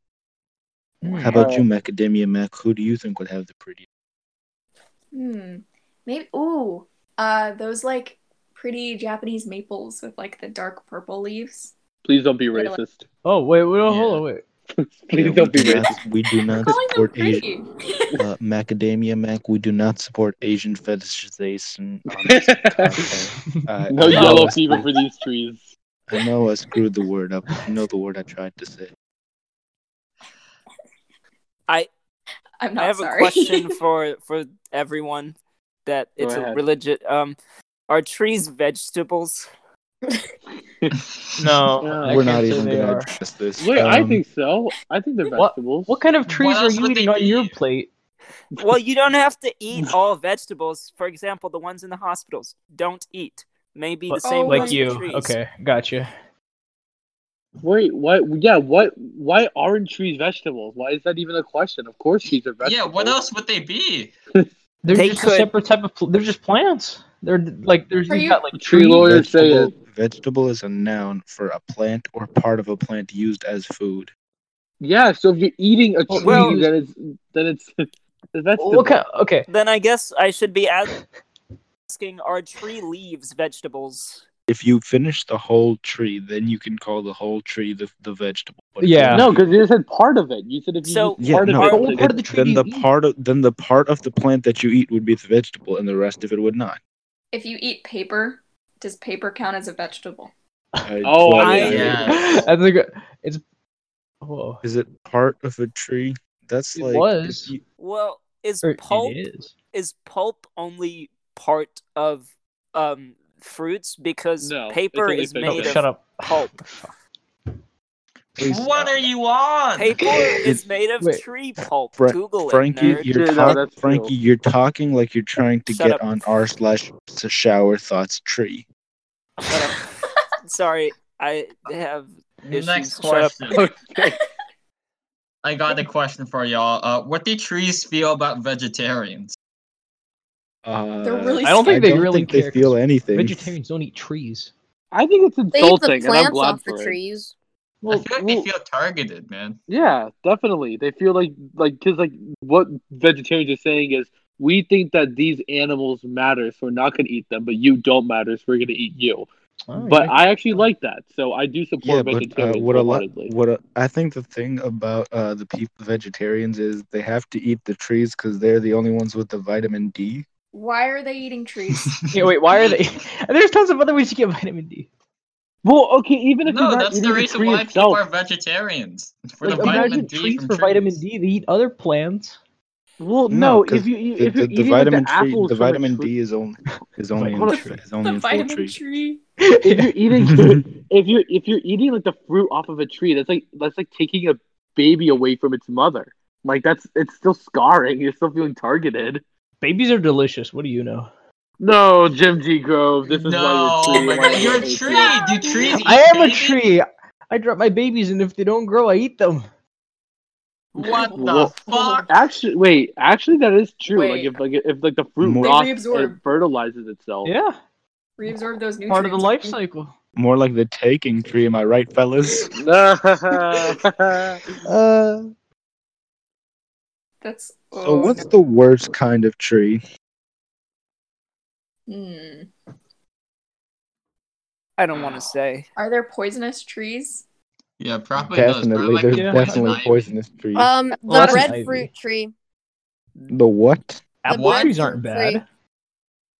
[SPEAKER 1] Hmm.
[SPEAKER 3] How about
[SPEAKER 2] Uh,
[SPEAKER 3] you, Macadamia Mac? Who do you think would have the prettiest?
[SPEAKER 6] Hmm. Maybe. Ooh. Uh, those like pretty Japanese maples with like the dark purple leaves.
[SPEAKER 2] Please don't be
[SPEAKER 6] Yeah, like-
[SPEAKER 2] racist. [laughs]
[SPEAKER 7] Oh wait, wait, hold on, wait.
[SPEAKER 2] Please
[SPEAKER 3] Yeah,
[SPEAKER 2] don't
[SPEAKER 3] we
[SPEAKER 2] be
[SPEAKER 3] do
[SPEAKER 2] racist.
[SPEAKER 3] not, we do
[SPEAKER 6] We're
[SPEAKER 3] not
[SPEAKER 6] calling them
[SPEAKER 3] support Asian.
[SPEAKER 6] pretty. [laughs]
[SPEAKER 3] Uh, Macadamia Mac, we do not support Asian fetishization.
[SPEAKER 2] [laughs]
[SPEAKER 3] honestly, content. I-
[SPEAKER 2] No
[SPEAKER 3] I know
[SPEAKER 2] yellow
[SPEAKER 3] I
[SPEAKER 2] fever
[SPEAKER 3] screwed-
[SPEAKER 2] for these trees.
[SPEAKER 3] I know I screwed the word up. I know the word I tried to say.
[SPEAKER 6] I'm not
[SPEAKER 4] I have
[SPEAKER 6] Oh, sorry.
[SPEAKER 4] a question for for everyone. That
[SPEAKER 2] Go
[SPEAKER 4] it's a
[SPEAKER 2] ahead.
[SPEAKER 4] religious. Um, are trees vegetables?
[SPEAKER 1] Oh,
[SPEAKER 7] No,
[SPEAKER 2] Yeah.
[SPEAKER 7] I
[SPEAKER 3] We're
[SPEAKER 7] can't
[SPEAKER 3] not
[SPEAKER 7] say
[SPEAKER 3] even
[SPEAKER 7] they
[SPEAKER 3] gonna
[SPEAKER 7] are.
[SPEAKER 3] address this.
[SPEAKER 2] Wait, I
[SPEAKER 3] Um,
[SPEAKER 2] think so. I think they're
[SPEAKER 7] What-
[SPEAKER 2] vegetables.
[SPEAKER 7] What kind of trees are
[SPEAKER 1] else
[SPEAKER 7] you
[SPEAKER 1] would
[SPEAKER 7] eating
[SPEAKER 1] they
[SPEAKER 7] on your
[SPEAKER 1] be?
[SPEAKER 7] plate?
[SPEAKER 4] Well, you don't have to eat
[SPEAKER 7] [laughs]
[SPEAKER 4] all vegetables. For example, the ones in the hospitals don't eat. Maybe the
[SPEAKER 7] But-
[SPEAKER 4] same
[SPEAKER 6] Oh
[SPEAKER 4] with
[SPEAKER 6] my
[SPEAKER 7] Like you?
[SPEAKER 4] trees.
[SPEAKER 7] Okay, gotcha.
[SPEAKER 2] Wait, what? Yeah, what? Why aren't trees vegetables? Why is that even a question? Of course, trees are vegetables.
[SPEAKER 1] Yeah, what else would they be?
[SPEAKER 7] They're
[SPEAKER 4] They
[SPEAKER 7] just
[SPEAKER 4] could-
[SPEAKER 7] a separate type of. Pl- they're just plants. They're like there's
[SPEAKER 6] Are
[SPEAKER 7] you
[SPEAKER 6] you-
[SPEAKER 7] got like
[SPEAKER 2] Tree
[SPEAKER 7] trees.
[SPEAKER 2] lawyer- Lawyers say
[SPEAKER 3] vegetable, vegetable is a noun for a plant or part of a plant used as food.
[SPEAKER 2] Yeah, so if you're eating a tree,
[SPEAKER 4] well-
[SPEAKER 2] then it's then it's [laughs] a vegetable.
[SPEAKER 7] What kind? Okay.
[SPEAKER 4] Then I guess I should
[SPEAKER 7] [laughs]
[SPEAKER 4] be a- asking: Are tree leaves vegetables?
[SPEAKER 3] If you finish the whole tree, then you can call the whole tree the, the vegetable. But if
[SPEAKER 7] Yeah.
[SPEAKER 3] you
[SPEAKER 2] No,
[SPEAKER 3] only-
[SPEAKER 2] because you said part of it. You said if you
[SPEAKER 4] So-
[SPEAKER 2] use
[SPEAKER 3] yeah,
[SPEAKER 2] part
[SPEAKER 3] no.
[SPEAKER 2] of
[SPEAKER 4] But
[SPEAKER 2] it.
[SPEAKER 7] what
[SPEAKER 2] then-
[SPEAKER 7] part of the tree do
[SPEAKER 3] then
[SPEAKER 7] you
[SPEAKER 3] the
[SPEAKER 7] [laughs] eat?
[SPEAKER 3] part of then the part of the plant that you eat would be the vegetable, and the rest of it would
[SPEAKER 7] [laughs]
[SPEAKER 3] not.
[SPEAKER 6] [laughs] If you eat paper, does paper count as a vegetable?
[SPEAKER 3] I-
[SPEAKER 2] Oh,
[SPEAKER 3] well,
[SPEAKER 2] I-
[SPEAKER 1] Yeah.
[SPEAKER 7] I think it's. oh, Whoa.
[SPEAKER 3] Is it part of a tree? That's
[SPEAKER 7] It
[SPEAKER 3] like
[SPEAKER 7] was.
[SPEAKER 3] if you-
[SPEAKER 4] Well, is
[SPEAKER 7] Or
[SPEAKER 4] pulp
[SPEAKER 7] Er, It is.
[SPEAKER 4] is pulp only part of um fruits because
[SPEAKER 2] No, it's
[SPEAKER 4] paper
[SPEAKER 2] only
[SPEAKER 4] is
[SPEAKER 2] figs.
[SPEAKER 7] No,
[SPEAKER 4] made
[SPEAKER 2] Native.
[SPEAKER 7] shut
[SPEAKER 4] of
[SPEAKER 7] up.
[SPEAKER 4] pulp.
[SPEAKER 7] [laughs]
[SPEAKER 3] please
[SPEAKER 1] What are you on?
[SPEAKER 4] [laughs] Paper is made of
[SPEAKER 7] Wait.
[SPEAKER 4] tree pulp.
[SPEAKER 3] Fra-
[SPEAKER 4] Google
[SPEAKER 3] Frankie,
[SPEAKER 4] it, nerd. [laughs]
[SPEAKER 3] you're
[SPEAKER 2] Yeah, no,
[SPEAKER 3] talk-
[SPEAKER 2] that's true.
[SPEAKER 3] Frankie, you're talking like you're trying to
[SPEAKER 4] Shut
[SPEAKER 3] get
[SPEAKER 4] up.
[SPEAKER 3] on r slash shower thoughts tree.
[SPEAKER 4] Shut up. uh, Sorry, I have issues.
[SPEAKER 1] Next
[SPEAKER 4] Shut up.
[SPEAKER 1] question. I got a question for y'all. Uh, what do trees feel about vegetarians?
[SPEAKER 3] Uh,
[SPEAKER 6] They're really
[SPEAKER 7] I don't think
[SPEAKER 3] I
[SPEAKER 7] they
[SPEAKER 3] don't
[SPEAKER 7] really
[SPEAKER 3] think
[SPEAKER 7] care
[SPEAKER 3] they feel anything.
[SPEAKER 7] Vegetarians don't eat trees.
[SPEAKER 2] I think it's
[SPEAKER 5] They eat the
[SPEAKER 2] insulting, and I'm
[SPEAKER 5] plants
[SPEAKER 2] glad
[SPEAKER 5] off
[SPEAKER 2] for
[SPEAKER 5] the
[SPEAKER 2] it.
[SPEAKER 5] trees.
[SPEAKER 1] I
[SPEAKER 2] Well,
[SPEAKER 1] feel like
[SPEAKER 2] well,
[SPEAKER 1] they feel targeted, man.
[SPEAKER 2] yeah, definitely. They feel like like because like what vegetarians are saying is we think that these animals matter, so we're not going to eat them, but you don't matter, so we're going to eat you.
[SPEAKER 7] Oh,
[SPEAKER 2] but
[SPEAKER 7] [laughs] yeah.
[SPEAKER 2] I actually like that, so I do
[SPEAKER 3] yeah,
[SPEAKER 2] support
[SPEAKER 3] but uh,
[SPEAKER 2] vegetarians
[SPEAKER 3] what a lot,
[SPEAKER 2] wholeheartedly.
[SPEAKER 3] what a, I think the thing about uh, the people vegetarians is they have to eat the trees because they're the only ones with the vitamin D.
[SPEAKER 6] Why are they
[SPEAKER 3] [laughs]
[SPEAKER 6] eating trees?
[SPEAKER 7] yeah. Wait, why are they? [laughs] There's tons of other ways to get vitamin D.
[SPEAKER 2] Well, okay, even if you're
[SPEAKER 1] No,
[SPEAKER 2] not
[SPEAKER 1] that's
[SPEAKER 2] eating
[SPEAKER 1] the
[SPEAKER 2] the,
[SPEAKER 1] reason
[SPEAKER 2] tree
[SPEAKER 1] why
[SPEAKER 2] itself,
[SPEAKER 1] people are vegetarians for
[SPEAKER 7] like
[SPEAKER 1] the
[SPEAKER 7] imagine
[SPEAKER 1] vitamin
[SPEAKER 7] trees
[SPEAKER 1] D from
[SPEAKER 7] for
[SPEAKER 1] trees.
[SPEAKER 7] vitamin D. They eat other
[SPEAKER 1] [laughs]
[SPEAKER 7] plants. [laughs]
[SPEAKER 2] well,
[SPEAKER 3] No,
[SPEAKER 2] no,
[SPEAKER 3] 'cause
[SPEAKER 2] if you eat-
[SPEAKER 3] The,
[SPEAKER 2] if
[SPEAKER 3] the,
[SPEAKER 2] you're
[SPEAKER 3] the
[SPEAKER 2] eating
[SPEAKER 3] vitamin
[SPEAKER 2] the
[SPEAKER 3] tree,
[SPEAKER 2] apples
[SPEAKER 3] the
[SPEAKER 2] from a
[SPEAKER 3] vitamin
[SPEAKER 2] tree,
[SPEAKER 3] D is only is only in
[SPEAKER 2] Hold on.
[SPEAKER 3] the
[SPEAKER 7] Vitamin
[SPEAKER 3] tree,
[SPEAKER 7] tree.
[SPEAKER 3] is only
[SPEAKER 6] [laughs] the
[SPEAKER 3] in full
[SPEAKER 6] vitamin
[SPEAKER 3] tree.
[SPEAKER 6] tree.
[SPEAKER 2] [laughs] if you're eating
[SPEAKER 3] [laughs]
[SPEAKER 2] if you're if you're eating like the fruit off of a tree, that's like that's like taking a baby away from its mother. Like that's it's still scarring. You're still feeling targeted.
[SPEAKER 7] Babies are delicious. What do you know?
[SPEAKER 2] No, Jim G. Grove, this is
[SPEAKER 1] No,
[SPEAKER 2] why you're
[SPEAKER 1] my God, you're a
[SPEAKER 2] a tree. and why hate
[SPEAKER 1] tree.
[SPEAKER 2] you.
[SPEAKER 1] Do trees eat
[SPEAKER 7] I am a
[SPEAKER 1] babies?
[SPEAKER 7] tree. I drop my babies, and if they don't grow, I eat them.
[SPEAKER 1] What the
[SPEAKER 2] Well-
[SPEAKER 1] fuck?
[SPEAKER 2] Actually, wait. Actually, that is true. Like
[SPEAKER 6] Wait.
[SPEAKER 2] if like if like the fruit
[SPEAKER 3] More-
[SPEAKER 2] rots,
[SPEAKER 6] They reabsorb.
[SPEAKER 1] Oh.
[SPEAKER 2] it fertilizes itself.
[SPEAKER 7] Yeah.
[SPEAKER 6] reabsorb those nutrients.
[SPEAKER 7] Part of the life cycle.
[SPEAKER 3] More like the taking tree, am I right, fellas?
[SPEAKER 9] Uh,
[SPEAKER 6] That's
[SPEAKER 3] So,
[SPEAKER 6] oh,
[SPEAKER 3] what's the worst kind of tree?
[SPEAKER 6] no. Hmm.
[SPEAKER 4] I don't want to say.
[SPEAKER 6] Are there poisonous trees?
[SPEAKER 1] Yeah, probably
[SPEAKER 3] Definitely,
[SPEAKER 1] Those. Probably like
[SPEAKER 3] there's
[SPEAKER 1] the
[SPEAKER 7] Yeah.
[SPEAKER 1] poison
[SPEAKER 3] definitely
[SPEAKER 1] ivy.
[SPEAKER 3] poisonous trees.
[SPEAKER 5] Um, the
[SPEAKER 7] Well, that's an
[SPEAKER 5] breadfruit
[SPEAKER 7] ivy.
[SPEAKER 5] tree.
[SPEAKER 3] the what?
[SPEAKER 7] Apple
[SPEAKER 1] bread
[SPEAKER 7] trees aren't
[SPEAKER 5] fruit
[SPEAKER 7] bad.
[SPEAKER 5] tree.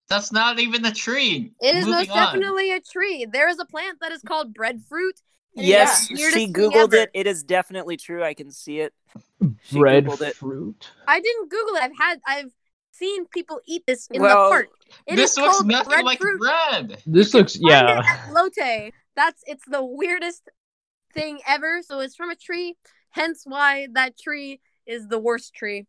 [SPEAKER 1] That's not even a tree.
[SPEAKER 5] It is
[SPEAKER 1] Moving
[SPEAKER 5] most
[SPEAKER 1] on.
[SPEAKER 5] definitely a tree. There is a plant that is called breadfruit. and it is
[SPEAKER 4] Yes,
[SPEAKER 5] the weirdest
[SPEAKER 4] she
[SPEAKER 5] thing
[SPEAKER 4] googled
[SPEAKER 5] ever.
[SPEAKER 4] it. It is definitely true. I can see it. She googled it.
[SPEAKER 7] Breadfruit.
[SPEAKER 5] I didn't Google it. I've had, I've seen people eat this in
[SPEAKER 4] Well,
[SPEAKER 5] the park. It is
[SPEAKER 1] this looks
[SPEAKER 5] called
[SPEAKER 1] nothing like
[SPEAKER 5] breadfruit.
[SPEAKER 1] bread.
[SPEAKER 7] This looks
[SPEAKER 5] Find it at
[SPEAKER 7] yeah.
[SPEAKER 5] Lotte. That's it's the weirdest thing ever. So it's from a tree, hence why that tree is the worst tree.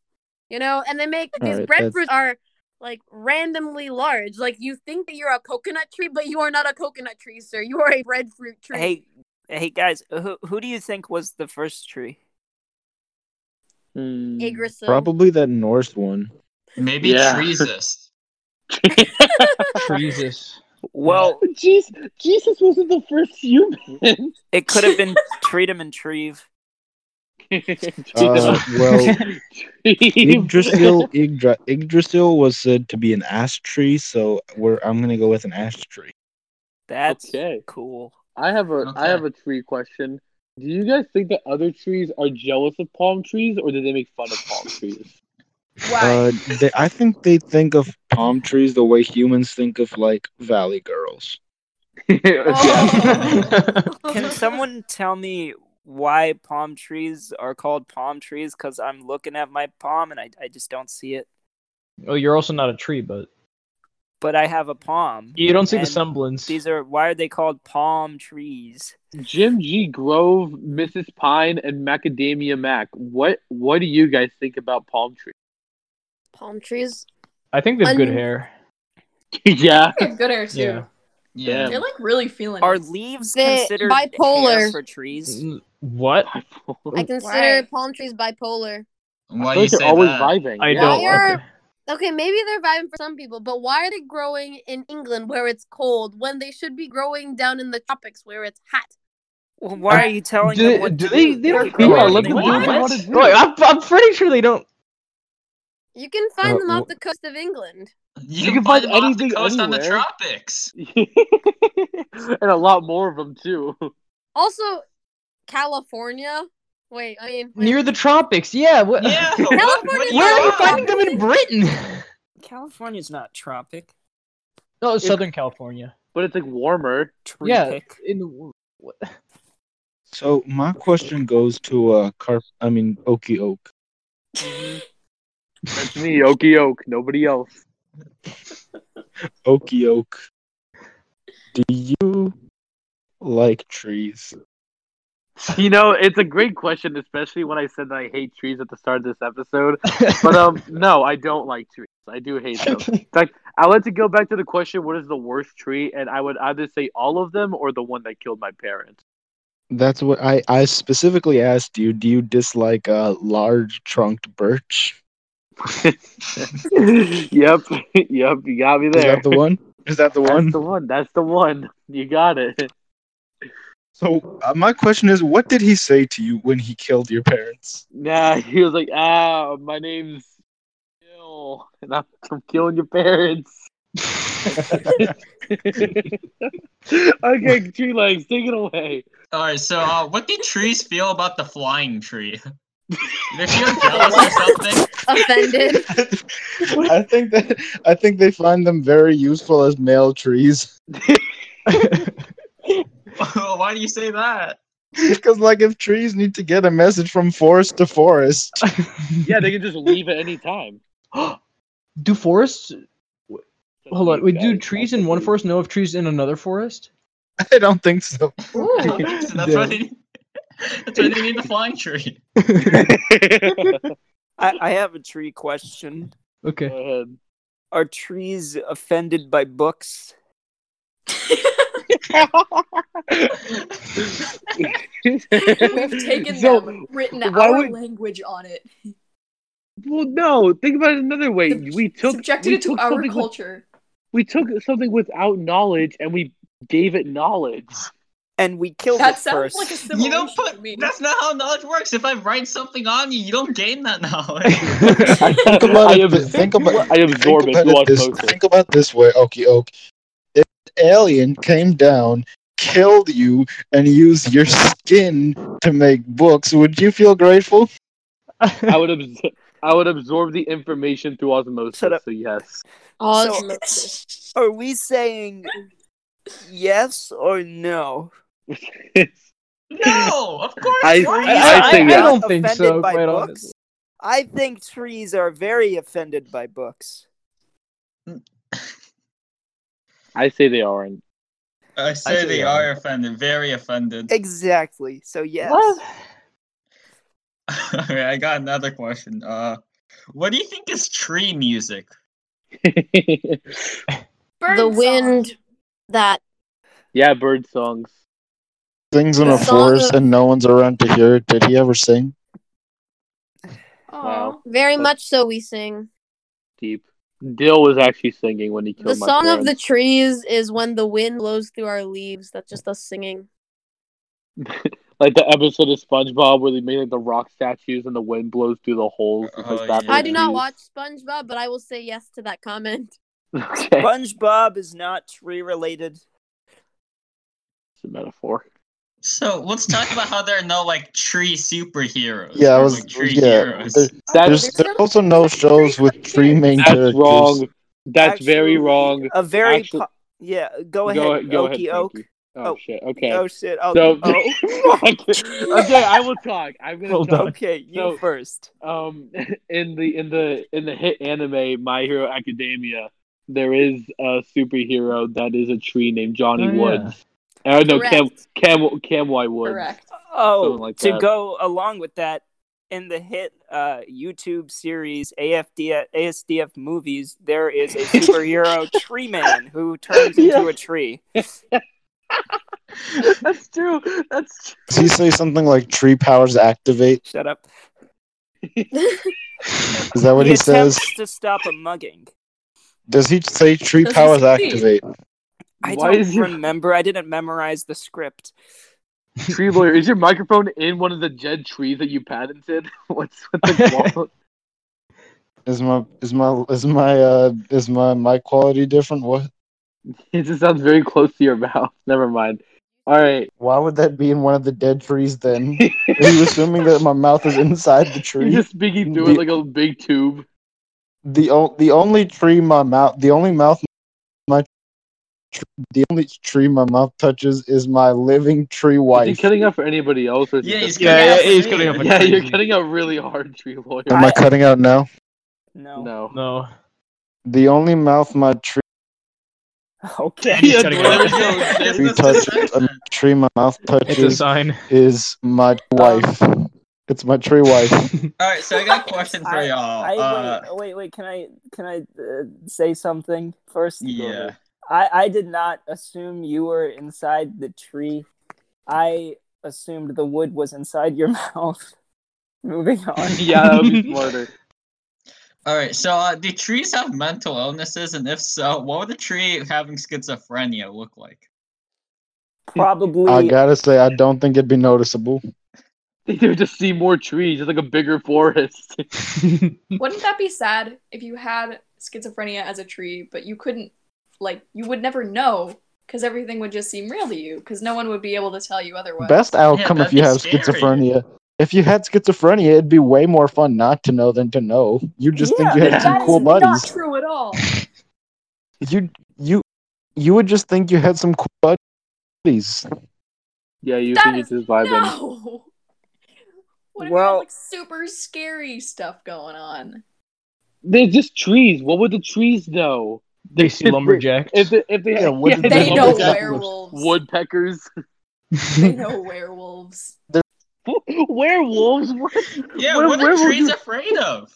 [SPEAKER 5] You know, and they make these
[SPEAKER 3] Alright, that's-
[SPEAKER 5] breadfruits are like randomly large. Like you think that you're a coconut tree, but you are not a coconut tree, sir. You are a breadfruit tree.
[SPEAKER 4] Hey, hey guys, who who do you think was the first tree?
[SPEAKER 2] [laughs] Hmm.
[SPEAKER 5] Yggdrasil.
[SPEAKER 3] Probably that Norse one.
[SPEAKER 1] Maybe
[SPEAKER 2] Yeah.
[SPEAKER 1] treesus.
[SPEAKER 7] Treesus.
[SPEAKER 4] Well,
[SPEAKER 2] Jesus, Jesus wasn't the
[SPEAKER 1] [laughs]
[SPEAKER 2] first
[SPEAKER 1] Uh,
[SPEAKER 2] human.
[SPEAKER 4] it could have
[SPEAKER 5] [laughs]
[SPEAKER 4] been treat 'em and Treve.
[SPEAKER 3] Uh, well, Yggdrasil,
[SPEAKER 2] Yggdrasil.
[SPEAKER 3] Yggdra- Yggdrasil was said to be an ash tree, so we're, I'm gonna go with an ash tree.
[SPEAKER 4] That's
[SPEAKER 2] Okay.
[SPEAKER 4] cool.
[SPEAKER 2] I have a I
[SPEAKER 1] Okay.
[SPEAKER 2] have a tree question. Do you guys think that other trees are jealous of palm trees, or do they make fun of palm trees?
[SPEAKER 1] [laughs]
[SPEAKER 2] [laughs]
[SPEAKER 5] Why?
[SPEAKER 3] Uh, they, I think they think of palm trees the way humans think of like valley girls.
[SPEAKER 6] [laughs]
[SPEAKER 4] Can someone tell me why palm trees are called palm trees? Because I'm looking at my palm and I, I just don't see it.
[SPEAKER 7] oh, you're also not a tree, but
[SPEAKER 4] But I have a palm.
[SPEAKER 7] you don't see the
[SPEAKER 4] And
[SPEAKER 7] semblance.
[SPEAKER 4] These are why are they called palm trees?
[SPEAKER 2] Jim G. Grove, Mrs. Pine, and Macadamia Mac. What What do you guys think about palm trees?
[SPEAKER 5] [laughs]
[SPEAKER 2] [laughs]
[SPEAKER 5] Palm trees.
[SPEAKER 7] I think they have good
[SPEAKER 5] Un-
[SPEAKER 7] hair.
[SPEAKER 2] yeah,
[SPEAKER 6] They have good air too.
[SPEAKER 7] Yeah.
[SPEAKER 1] Yeah.
[SPEAKER 6] They're like really feeling.
[SPEAKER 4] Are
[SPEAKER 6] it.
[SPEAKER 4] leaves
[SPEAKER 5] They-
[SPEAKER 4] considered
[SPEAKER 5] bipolar.
[SPEAKER 4] hair for trees?
[SPEAKER 7] Mm, What?
[SPEAKER 5] I consider
[SPEAKER 6] Why?
[SPEAKER 5] palm trees bipolar.
[SPEAKER 1] Why
[SPEAKER 2] I
[SPEAKER 1] do you
[SPEAKER 2] feel like they're
[SPEAKER 1] say
[SPEAKER 2] always
[SPEAKER 1] [laughs] that?
[SPEAKER 2] vibing.
[SPEAKER 7] I
[SPEAKER 2] yeah.
[SPEAKER 7] don't.
[SPEAKER 5] Why
[SPEAKER 7] Okay.
[SPEAKER 5] Okay, maybe they're vibing for some people, but why are they growing in England where it's cold when they should be growing down in the tropics where it's hot?
[SPEAKER 4] Well, why are you telling
[SPEAKER 7] Do,
[SPEAKER 4] them what
[SPEAKER 7] do
[SPEAKER 4] to
[SPEAKER 7] they?
[SPEAKER 4] do?
[SPEAKER 7] They
[SPEAKER 4] could
[SPEAKER 7] don't.
[SPEAKER 4] grow
[SPEAKER 2] Yeah,
[SPEAKER 7] Yeah,
[SPEAKER 2] let
[SPEAKER 4] anything
[SPEAKER 2] them
[SPEAKER 4] they
[SPEAKER 2] do what
[SPEAKER 4] want.
[SPEAKER 1] What?
[SPEAKER 2] they want to do.
[SPEAKER 7] Wait, I'm, I'm pretty sure they don't.
[SPEAKER 5] You can find
[SPEAKER 3] Uh,
[SPEAKER 5] them off
[SPEAKER 3] wh-
[SPEAKER 5] the coast of England.
[SPEAKER 1] You,
[SPEAKER 2] You
[SPEAKER 1] can find them off the
[SPEAKER 2] anything
[SPEAKER 1] coast on the
[SPEAKER 2] anywhere. [laughs]
[SPEAKER 1] tropics.
[SPEAKER 2] and a lot more of them too. [laughs]
[SPEAKER 5] Also, California. Wait, I mean wait.
[SPEAKER 7] Near the tropics. Yeah. What?
[SPEAKER 1] Yeah. what- what,
[SPEAKER 5] California's
[SPEAKER 1] do
[SPEAKER 7] Where are you
[SPEAKER 5] not
[SPEAKER 1] want? [laughs]
[SPEAKER 7] finding them in Britain?
[SPEAKER 4] California's not tropic.
[SPEAKER 7] No, it's
[SPEAKER 2] It-
[SPEAKER 7] Oh, Southern California.
[SPEAKER 2] But it's like warmer.
[SPEAKER 4] Tree
[SPEAKER 7] yeah.
[SPEAKER 4] pick.
[SPEAKER 7] In the, [laughs] what?
[SPEAKER 3] so my question goes to uh, carp. I mean, oaky oak.
[SPEAKER 2] That's me, Okie Oak. Nobody else.
[SPEAKER 3] Oaky oak. Do you like trees?
[SPEAKER 2] [laughs] You know, it's a great question, especially when I said that I hate trees at the start of this episode. But [laughs] um, no, I don't like trees. I do hate them. In fact, I like to go back to the question: What is the worst tree? And I would either say all of them or the one that killed my parents.
[SPEAKER 3] That's what I, I specifically asked you. Do you dislike uh, large trunked birch?
[SPEAKER 2] [laughs] yep, [laughs] yep, you got me
[SPEAKER 3] Is
[SPEAKER 2] there.
[SPEAKER 3] that the one? Is that the one?
[SPEAKER 2] That's the one. That's the one. You got it. [laughs]
[SPEAKER 3] So uh, my question is, what did he say to you when he killed your parents?
[SPEAKER 2] Nah, he was like, ah, my name's Bill, and I'm, I'm killing your parents. [laughs] okay, tree legs, take it away.
[SPEAKER 1] All right. So, uh, what do trees feel about the flying tree? [laughs] they feel jealous or something. [laughs]
[SPEAKER 5] [laughs]
[SPEAKER 3] [laughs]
[SPEAKER 5] offended.
[SPEAKER 3] [laughs] I think that I think they find them very useful as male trees [laughs]
[SPEAKER 1] Why do you say that? [laughs]
[SPEAKER 3] because, like, if trees need to get a message from forest to forest, [laughs]
[SPEAKER 2] Yeah, they can just leave at any time.
[SPEAKER 7] do forests?
[SPEAKER 2] That's
[SPEAKER 7] Hold on.
[SPEAKER 2] these
[SPEAKER 7] Wait, do
[SPEAKER 2] guys.
[SPEAKER 7] trees
[SPEAKER 2] That's
[SPEAKER 7] in one
[SPEAKER 2] [laughs] these.
[SPEAKER 7] forest know of trees in another forest?
[SPEAKER 3] I don't think so.
[SPEAKER 1] I don't think so. That's why they need, [laughs] that's why they need the flying tree.
[SPEAKER 5] [laughs]
[SPEAKER 4] I, I have a tree question.
[SPEAKER 7] Okay.
[SPEAKER 2] Go ahead.
[SPEAKER 4] Are trees offended by books?
[SPEAKER 6] [laughs] [laughs] We've taken
[SPEAKER 2] so,
[SPEAKER 6] them, written
[SPEAKER 2] why
[SPEAKER 6] our
[SPEAKER 2] would-
[SPEAKER 6] language on it,
[SPEAKER 2] Well, no. Think about it another way.
[SPEAKER 6] Sub-
[SPEAKER 2] we took
[SPEAKER 6] subjected
[SPEAKER 2] we
[SPEAKER 6] it to
[SPEAKER 2] took
[SPEAKER 6] our
[SPEAKER 2] something
[SPEAKER 6] culture.
[SPEAKER 2] We took something without knowledge and we gave it knowledge.
[SPEAKER 4] and we killed
[SPEAKER 6] That
[SPEAKER 4] it
[SPEAKER 6] sounds
[SPEAKER 4] first.
[SPEAKER 6] like a simulation
[SPEAKER 1] You don't
[SPEAKER 6] to
[SPEAKER 1] put.
[SPEAKER 6] me.
[SPEAKER 1] That's not how knowledge works. If I write something on you, you don't gain that knowledge.
[SPEAKER 2] [laughs]
[SPEAKER 3] Think about
[SPEAKER 2] [laughs] I
[SPEAKER 3] it.
[SPEAKER 2] ab-
[SPEAKER 3] thi- think about.
[SPEAKER 2] I absorb
[SPEAKER 3] think
[SPEAKER 2] it through
[SPEAKER 3] about it this.
[SPEAKER 2] osmosis.
[SPEAKER 3] Think about this way, Okie Oak. If an alien came down, killed you, and used your skin to make books, would you feel grateful?
[SPEAKER 2] I would absorb. I would absorb the information through osmosis.
[SPEAKER 4] Shut up.
[SPEAKER 2] So yes, [laughs]
[SPEAKER 5] Osmosis.
[SPEAKER 4] Are we saying yes or no?
[SPEAKER 1] no, of course.
[SPEAKER 2] [laughs] I-
[SPEAKER 1] why
[SPEAKER 4] Trees
[SPEAKER 2] I
[SPEAKER 4] are
[SPEAKER 2] think-
[SPEAKER 4] not
[SPEAKER 2] I
[SPEAKER 7] don't think
[SPEAKER 4] offended
[SPEAKER 7] so,
[SPEAKER 4] by
[SPEAKER 7] quite
[SPEAKER 4] books.
[SPEAKER 7] honestly.
[SPEAKER 4] I think trees are very offended by books.
[SPEAKER 2] I say they aren't. [laughs]
[SPEAKER 1] I say
[SPEAKER 7] I-
[SPEAKER 1] they are offended, very offended.
[SPEAKER 4] Exactly. So yes.
[SPEAKER 7] What?
[SPEAKER 1] [laughs] All right, I got another question. Uh, what do you think is tree music?
[SPEAKER 6] Bird
[SPEAKER 5] the
[SPEAKER 6] song.
[SPEAKER 5] wind that
[SPEAKER 2] yeah, bird songs.
[SPEAKER 3] Sings in a
[SPEAKER 5] The song
[SPEAKER 3] forest
[SPEAKER 5] of-
[SPEAKER 3] and no one's around to hear it. Did he ever sing?
[SPEAKER 6] Aw.
[SPEAKER 2] Wow. That's-
[SPEAKER 5] very much so we sing.
[SPEAKER 2] Deep. Dill was actually singing when he killed
[SPEAKER 5] The
[SPEAKER 2] my
[SPEAKER 5] song of
[SPEAKER 2] parents.
[SPEAKER 5] the trees is when the wind blows through our leaves. That's just us singing.
[SPEAKER 2] like the episode of SpongeBob where they made like the rock statues and the wind blows through the holes. and, like
[SPEAKER 1] Oh,
[SPEAKER 2] that.
[SPEAKER 1] yeah.
[SPEAKER 5] I do not
[SPEAKER 2] trees.
[SPEAKER 5] watch SpongeBob, but I will say yes to that comment.
[SPEAKER 2] Okay,
[SPEAKER 4] SpongeBob is not tree related.
[SPEAKER 2] it's a metaphor.
[SPEAKER 1] So let's talk about how there are no like tree superheroes.
[SPEAKER 3] Yeah, I
[SPEAKER 1] or,
[SPEAKER 3] was.
[SPEAKER 1] like, tree
[SPEAKER 3] Yeah,
[SPEAKER 1] heroes.
[SPEAKER 3] there-
[SPEAKER 1] [laughs]
[SPEAKER 3] there's
[SPEAKER 2] That's
[SPEAKER 3] there's also no shows with three main
[SPEAKER 2] that's
[SPEAKER 3] characters.
[SPEAKER 2] wrong. That's very
[SPEAKER 4] Actually,
[SPEAKER 2] wrong.
[SPEAKER 4] A very
[SPEAKER 2] Actually-
[SPEAKER 4] po- yeah. Go ahead.
[SPEAKER 2] Go ahead. Go
[SPEAKER 4] Okie
[SPEAKER 2] ahead.
[SPEAKER 4] Oak.
[SPEAKER 2] Frankie. Oh,
[SPEAKER 4] Oh,
[SPEAKER 2] shit. Okay. [laughs]
[SPEAKER 4] Oh shit. [laughs] Oh.
[SPEAKER 2] So [laughs]
[SPEAKER 4] oh. [laughs]
[SPEAKER 2] okay, I will talk. I'm gonna
[SPEAKER 7] Well
[SPEAKER 2] talk.
[SPEAKER 7] done.
[SPEAKER 4] Okay. You
[SPEAKER 2] So-
[SPEAKER 4] first.
[SPEAKER 2] Um, [laughs] in the in the in the hit anime My Hero Academia, there is a superhero that is a tree named Johnny
[SPEAKER 7] Oh, yeah.
[SPEAKER 2] Woods. Or no, Cam [laughs]
[SPEAKER 5] Correct. [laughs]
[SPEAKER 2] Cam Camwai Woods. [laughs]
[SPEAKER 6] Correct.
[SPEAKER 4] Oh.
[SPEAKER 2] Something like
[SPEAKER 4] to
[SPEAKER 2] that.
[SPEAKER 4] go along with that, in the hit uh, YouTube series AFD ASDF movies, there is
[SPEAKER 2] [laughs]
[SPEAKER 4] a superhero tree man who turns into
[SPEAKER 7] Yeah.
[SPEAKER 4] a tree.
[SPEAKER 7] That's true. That's
[SPEAKER 3] Does he say something like "tree powers activate"?
[SPEAKER 4] Shut up.
[SPEAKER 3] Is that what
[SPEAKER 4] he
[SPEAKER 3] he says?
[SPEAKER 4] attempts to stop a mugging.
[SPEAKER 3] Does he say "tree
[SPEAKER 6] Does he
[SPEAKER 3] powers
[SPEAKER 6] succeed?
[SPEAKER 3] activate"?
[SPEAKER 4] I
[SPEAKER 2] Why
[SPEAKER 4] don't
[SPEAKER 2] is your
[SPEAKER 4] remember. I didn't memorize the script.
[SPEAKER 2] tree lawyer? Is your microphone in one of the dead trees that you patented? [laughs] What's with [laughs] the wall?
[SPEAKER 3] Is my is my is my uh is my my quality different? What?
[SPEAKER 2] It just sounds very close to your mouth. [laughs] Never mind. All right.
[SPEAKER 3] Why would that be in one of the dead trees then? Are you assuming that my mouth is inside the
[SPEAKER 2] You're
[SPEAKER 3] tree?
[SPEAKER 2] just speaking through it like a big tube.
[SPEAKER 3] the o- the only tree my mouth the only mouth my tr- the only tree my mouth touches is my living tree
[SPEAKER 2] Is he
[SPEAKER 3] wife.
[SPEAKER 2] cutting up for anybody else, or is he
[SPEAKER 1] Yeah, he's
[SPEAKER 2] just
[SPEAKER 1] cutting
[SPEAKER 7] Yeah,
[SPEAKER 1] out
[SPEAKER 7] yeah, he's
[SPEAKER 1] for
[SPEAKER 7] cutting
[SPEAKER 1] me.
[SPEAKER 7] out for-
[SPEAKER 2] [laughs] Yeah, you're
[SPEAKER 7] crazy.
[SPEAKER 2] cutting out really hard, tree lawyer.
[SPEAKER 3] Am I
[SPEAKER 4] I-
[SPEAKER 3] cutting out now?
[SPEAKER 4] No.
[SPEAKER 2] No.
[SPEAKER 7] no.
[SPEAKER 3] The only mouth my tree
[SPEAKER 4] [laughs] Okay.
[SPEAKER 7] And he's
[SPEAKER 2] Yeah,
[SPEAKER 7] cutting
[SPEAKER 2] there
[SPEAKER 7] out.
[SPEAKER 2] we go.
[SPEAKER 1] There's
[SPEAKER 2] That
[SPEAKER 3] tree Um,
[SPEAKER 1] no
[SPEAKER 2] is-
[SPEAKER 3] touches a
[SPEAKER 1] discernment.
[SPEAKER 3] tree my mouth
[SPEAKER 7] It's a
[SPEAKER 3] touches
[SPEAKER 7] [laughs] sign.
[SPEAKER 3] is my wife. It's my tree wife.
[SPEAKER 1] All right, so I got a question for
[SPEAKER 4] I-
[SPEAKER 1] y'all.
[SPEAKER 4] I
[SPEAKER 1] uh,
[SPEAKER 4] wait, wait, wait. Can I can I uh, say something first?
[SPEAKER 1] yeah.
[SPEAKER 4] I I did not assume you were inside the tree. I assumed the wood was inside your [laughs] mouth. Moving on.
[SPEAKER 2] [laughs]
[SPEAKER 4] [laughs]
[SPEAKER 2] yeah, that would be [laughs] smarter.
[SPEAKER 1] All right, so uh, do trees have mental illnesses, and if so, what would a tree having schizophrenia look like?
[SPEAKER 3] I
[SPEAKER 4] Probably
[SPEAKER 3] gotta say, I don't think it'd be noticeable.
[SPEAKER 2] They would just see more trees. It's like a bigger forest. [laughs]
[SPEAKER 6] Wouldn't that be sad if you had schizophrenia as a tree, but you couldn't, like, you would never know because everything would just seem real to you because no one would be able to tell you otherwise.
[SPEAKER 3] Best outcome if
[SPEAKER 1] that'd
[SPEAKER 3] you
[SPEAKER 1] be
[SPEAKER 3] have
[SPEAKER 1] scary.
[SPEAKER 3] schizophrenia. If you had schizophrenia, it'd be way more fun not to know than to know. You just think you
[SPEAKER 4] Yeah.
[SPEAKER 3] had
[SPEAKER 6] That
[SPEAKER 3] some
[SPEAKER 6] is
[SPEAKER 3] cool
[SPEAKER 6] not
[SPEAKER 3] buddies.
[SPEAKER 6] true at all.
[SPEAKER 3] You you you would just think you had some cool buddies.
[SPEAKER 2] Yeah, you
[SPEAKER 6] That
[SPEAKER 2] think
[SPEAKER 6] is
[SPEAKER 2] it's just vibing.
[SPEAKER 6] no. What if you
[SPEAKER 4] Well-
[SPEAKER 6] had like super scary stuff going on?
[SPEAKER 2] They're just trees. What would the trees know?
[SPEAKER 7] [laughs] they
[SPEAKER 2] If
[SPEAKER 7] see
[SPEAKER 2] they-
[SPEAKER 7] lumberjacks.
[SPEAKER 2] If they, if they, [laughs]
[SPEAKER 3] Yeah, what did
[SPEAKER 2] the
[SPEAKER 6] They know
[SPEAKER 3] lumberjack
[SPEAKER 2] lumberjacks-
[SPEAKER 6] werewolves.
[SPEAKER 2] [laughs] Woodpeckers.
[SPEAKER 6] They know werewolves.
[SPEAKER 2] [laughs] werewolves? What?
[SPEAKER 1] Yeah,
[SPEAKER 2] What
[SPEAKER 1] what,
[SPEAKER 2] a
[SPEAKER 1] are
[SPEAKER 2] werewolf
[SPEAKER 1] trees
[SPEAKER 2] do-
[SPEAKER 1] afraid of?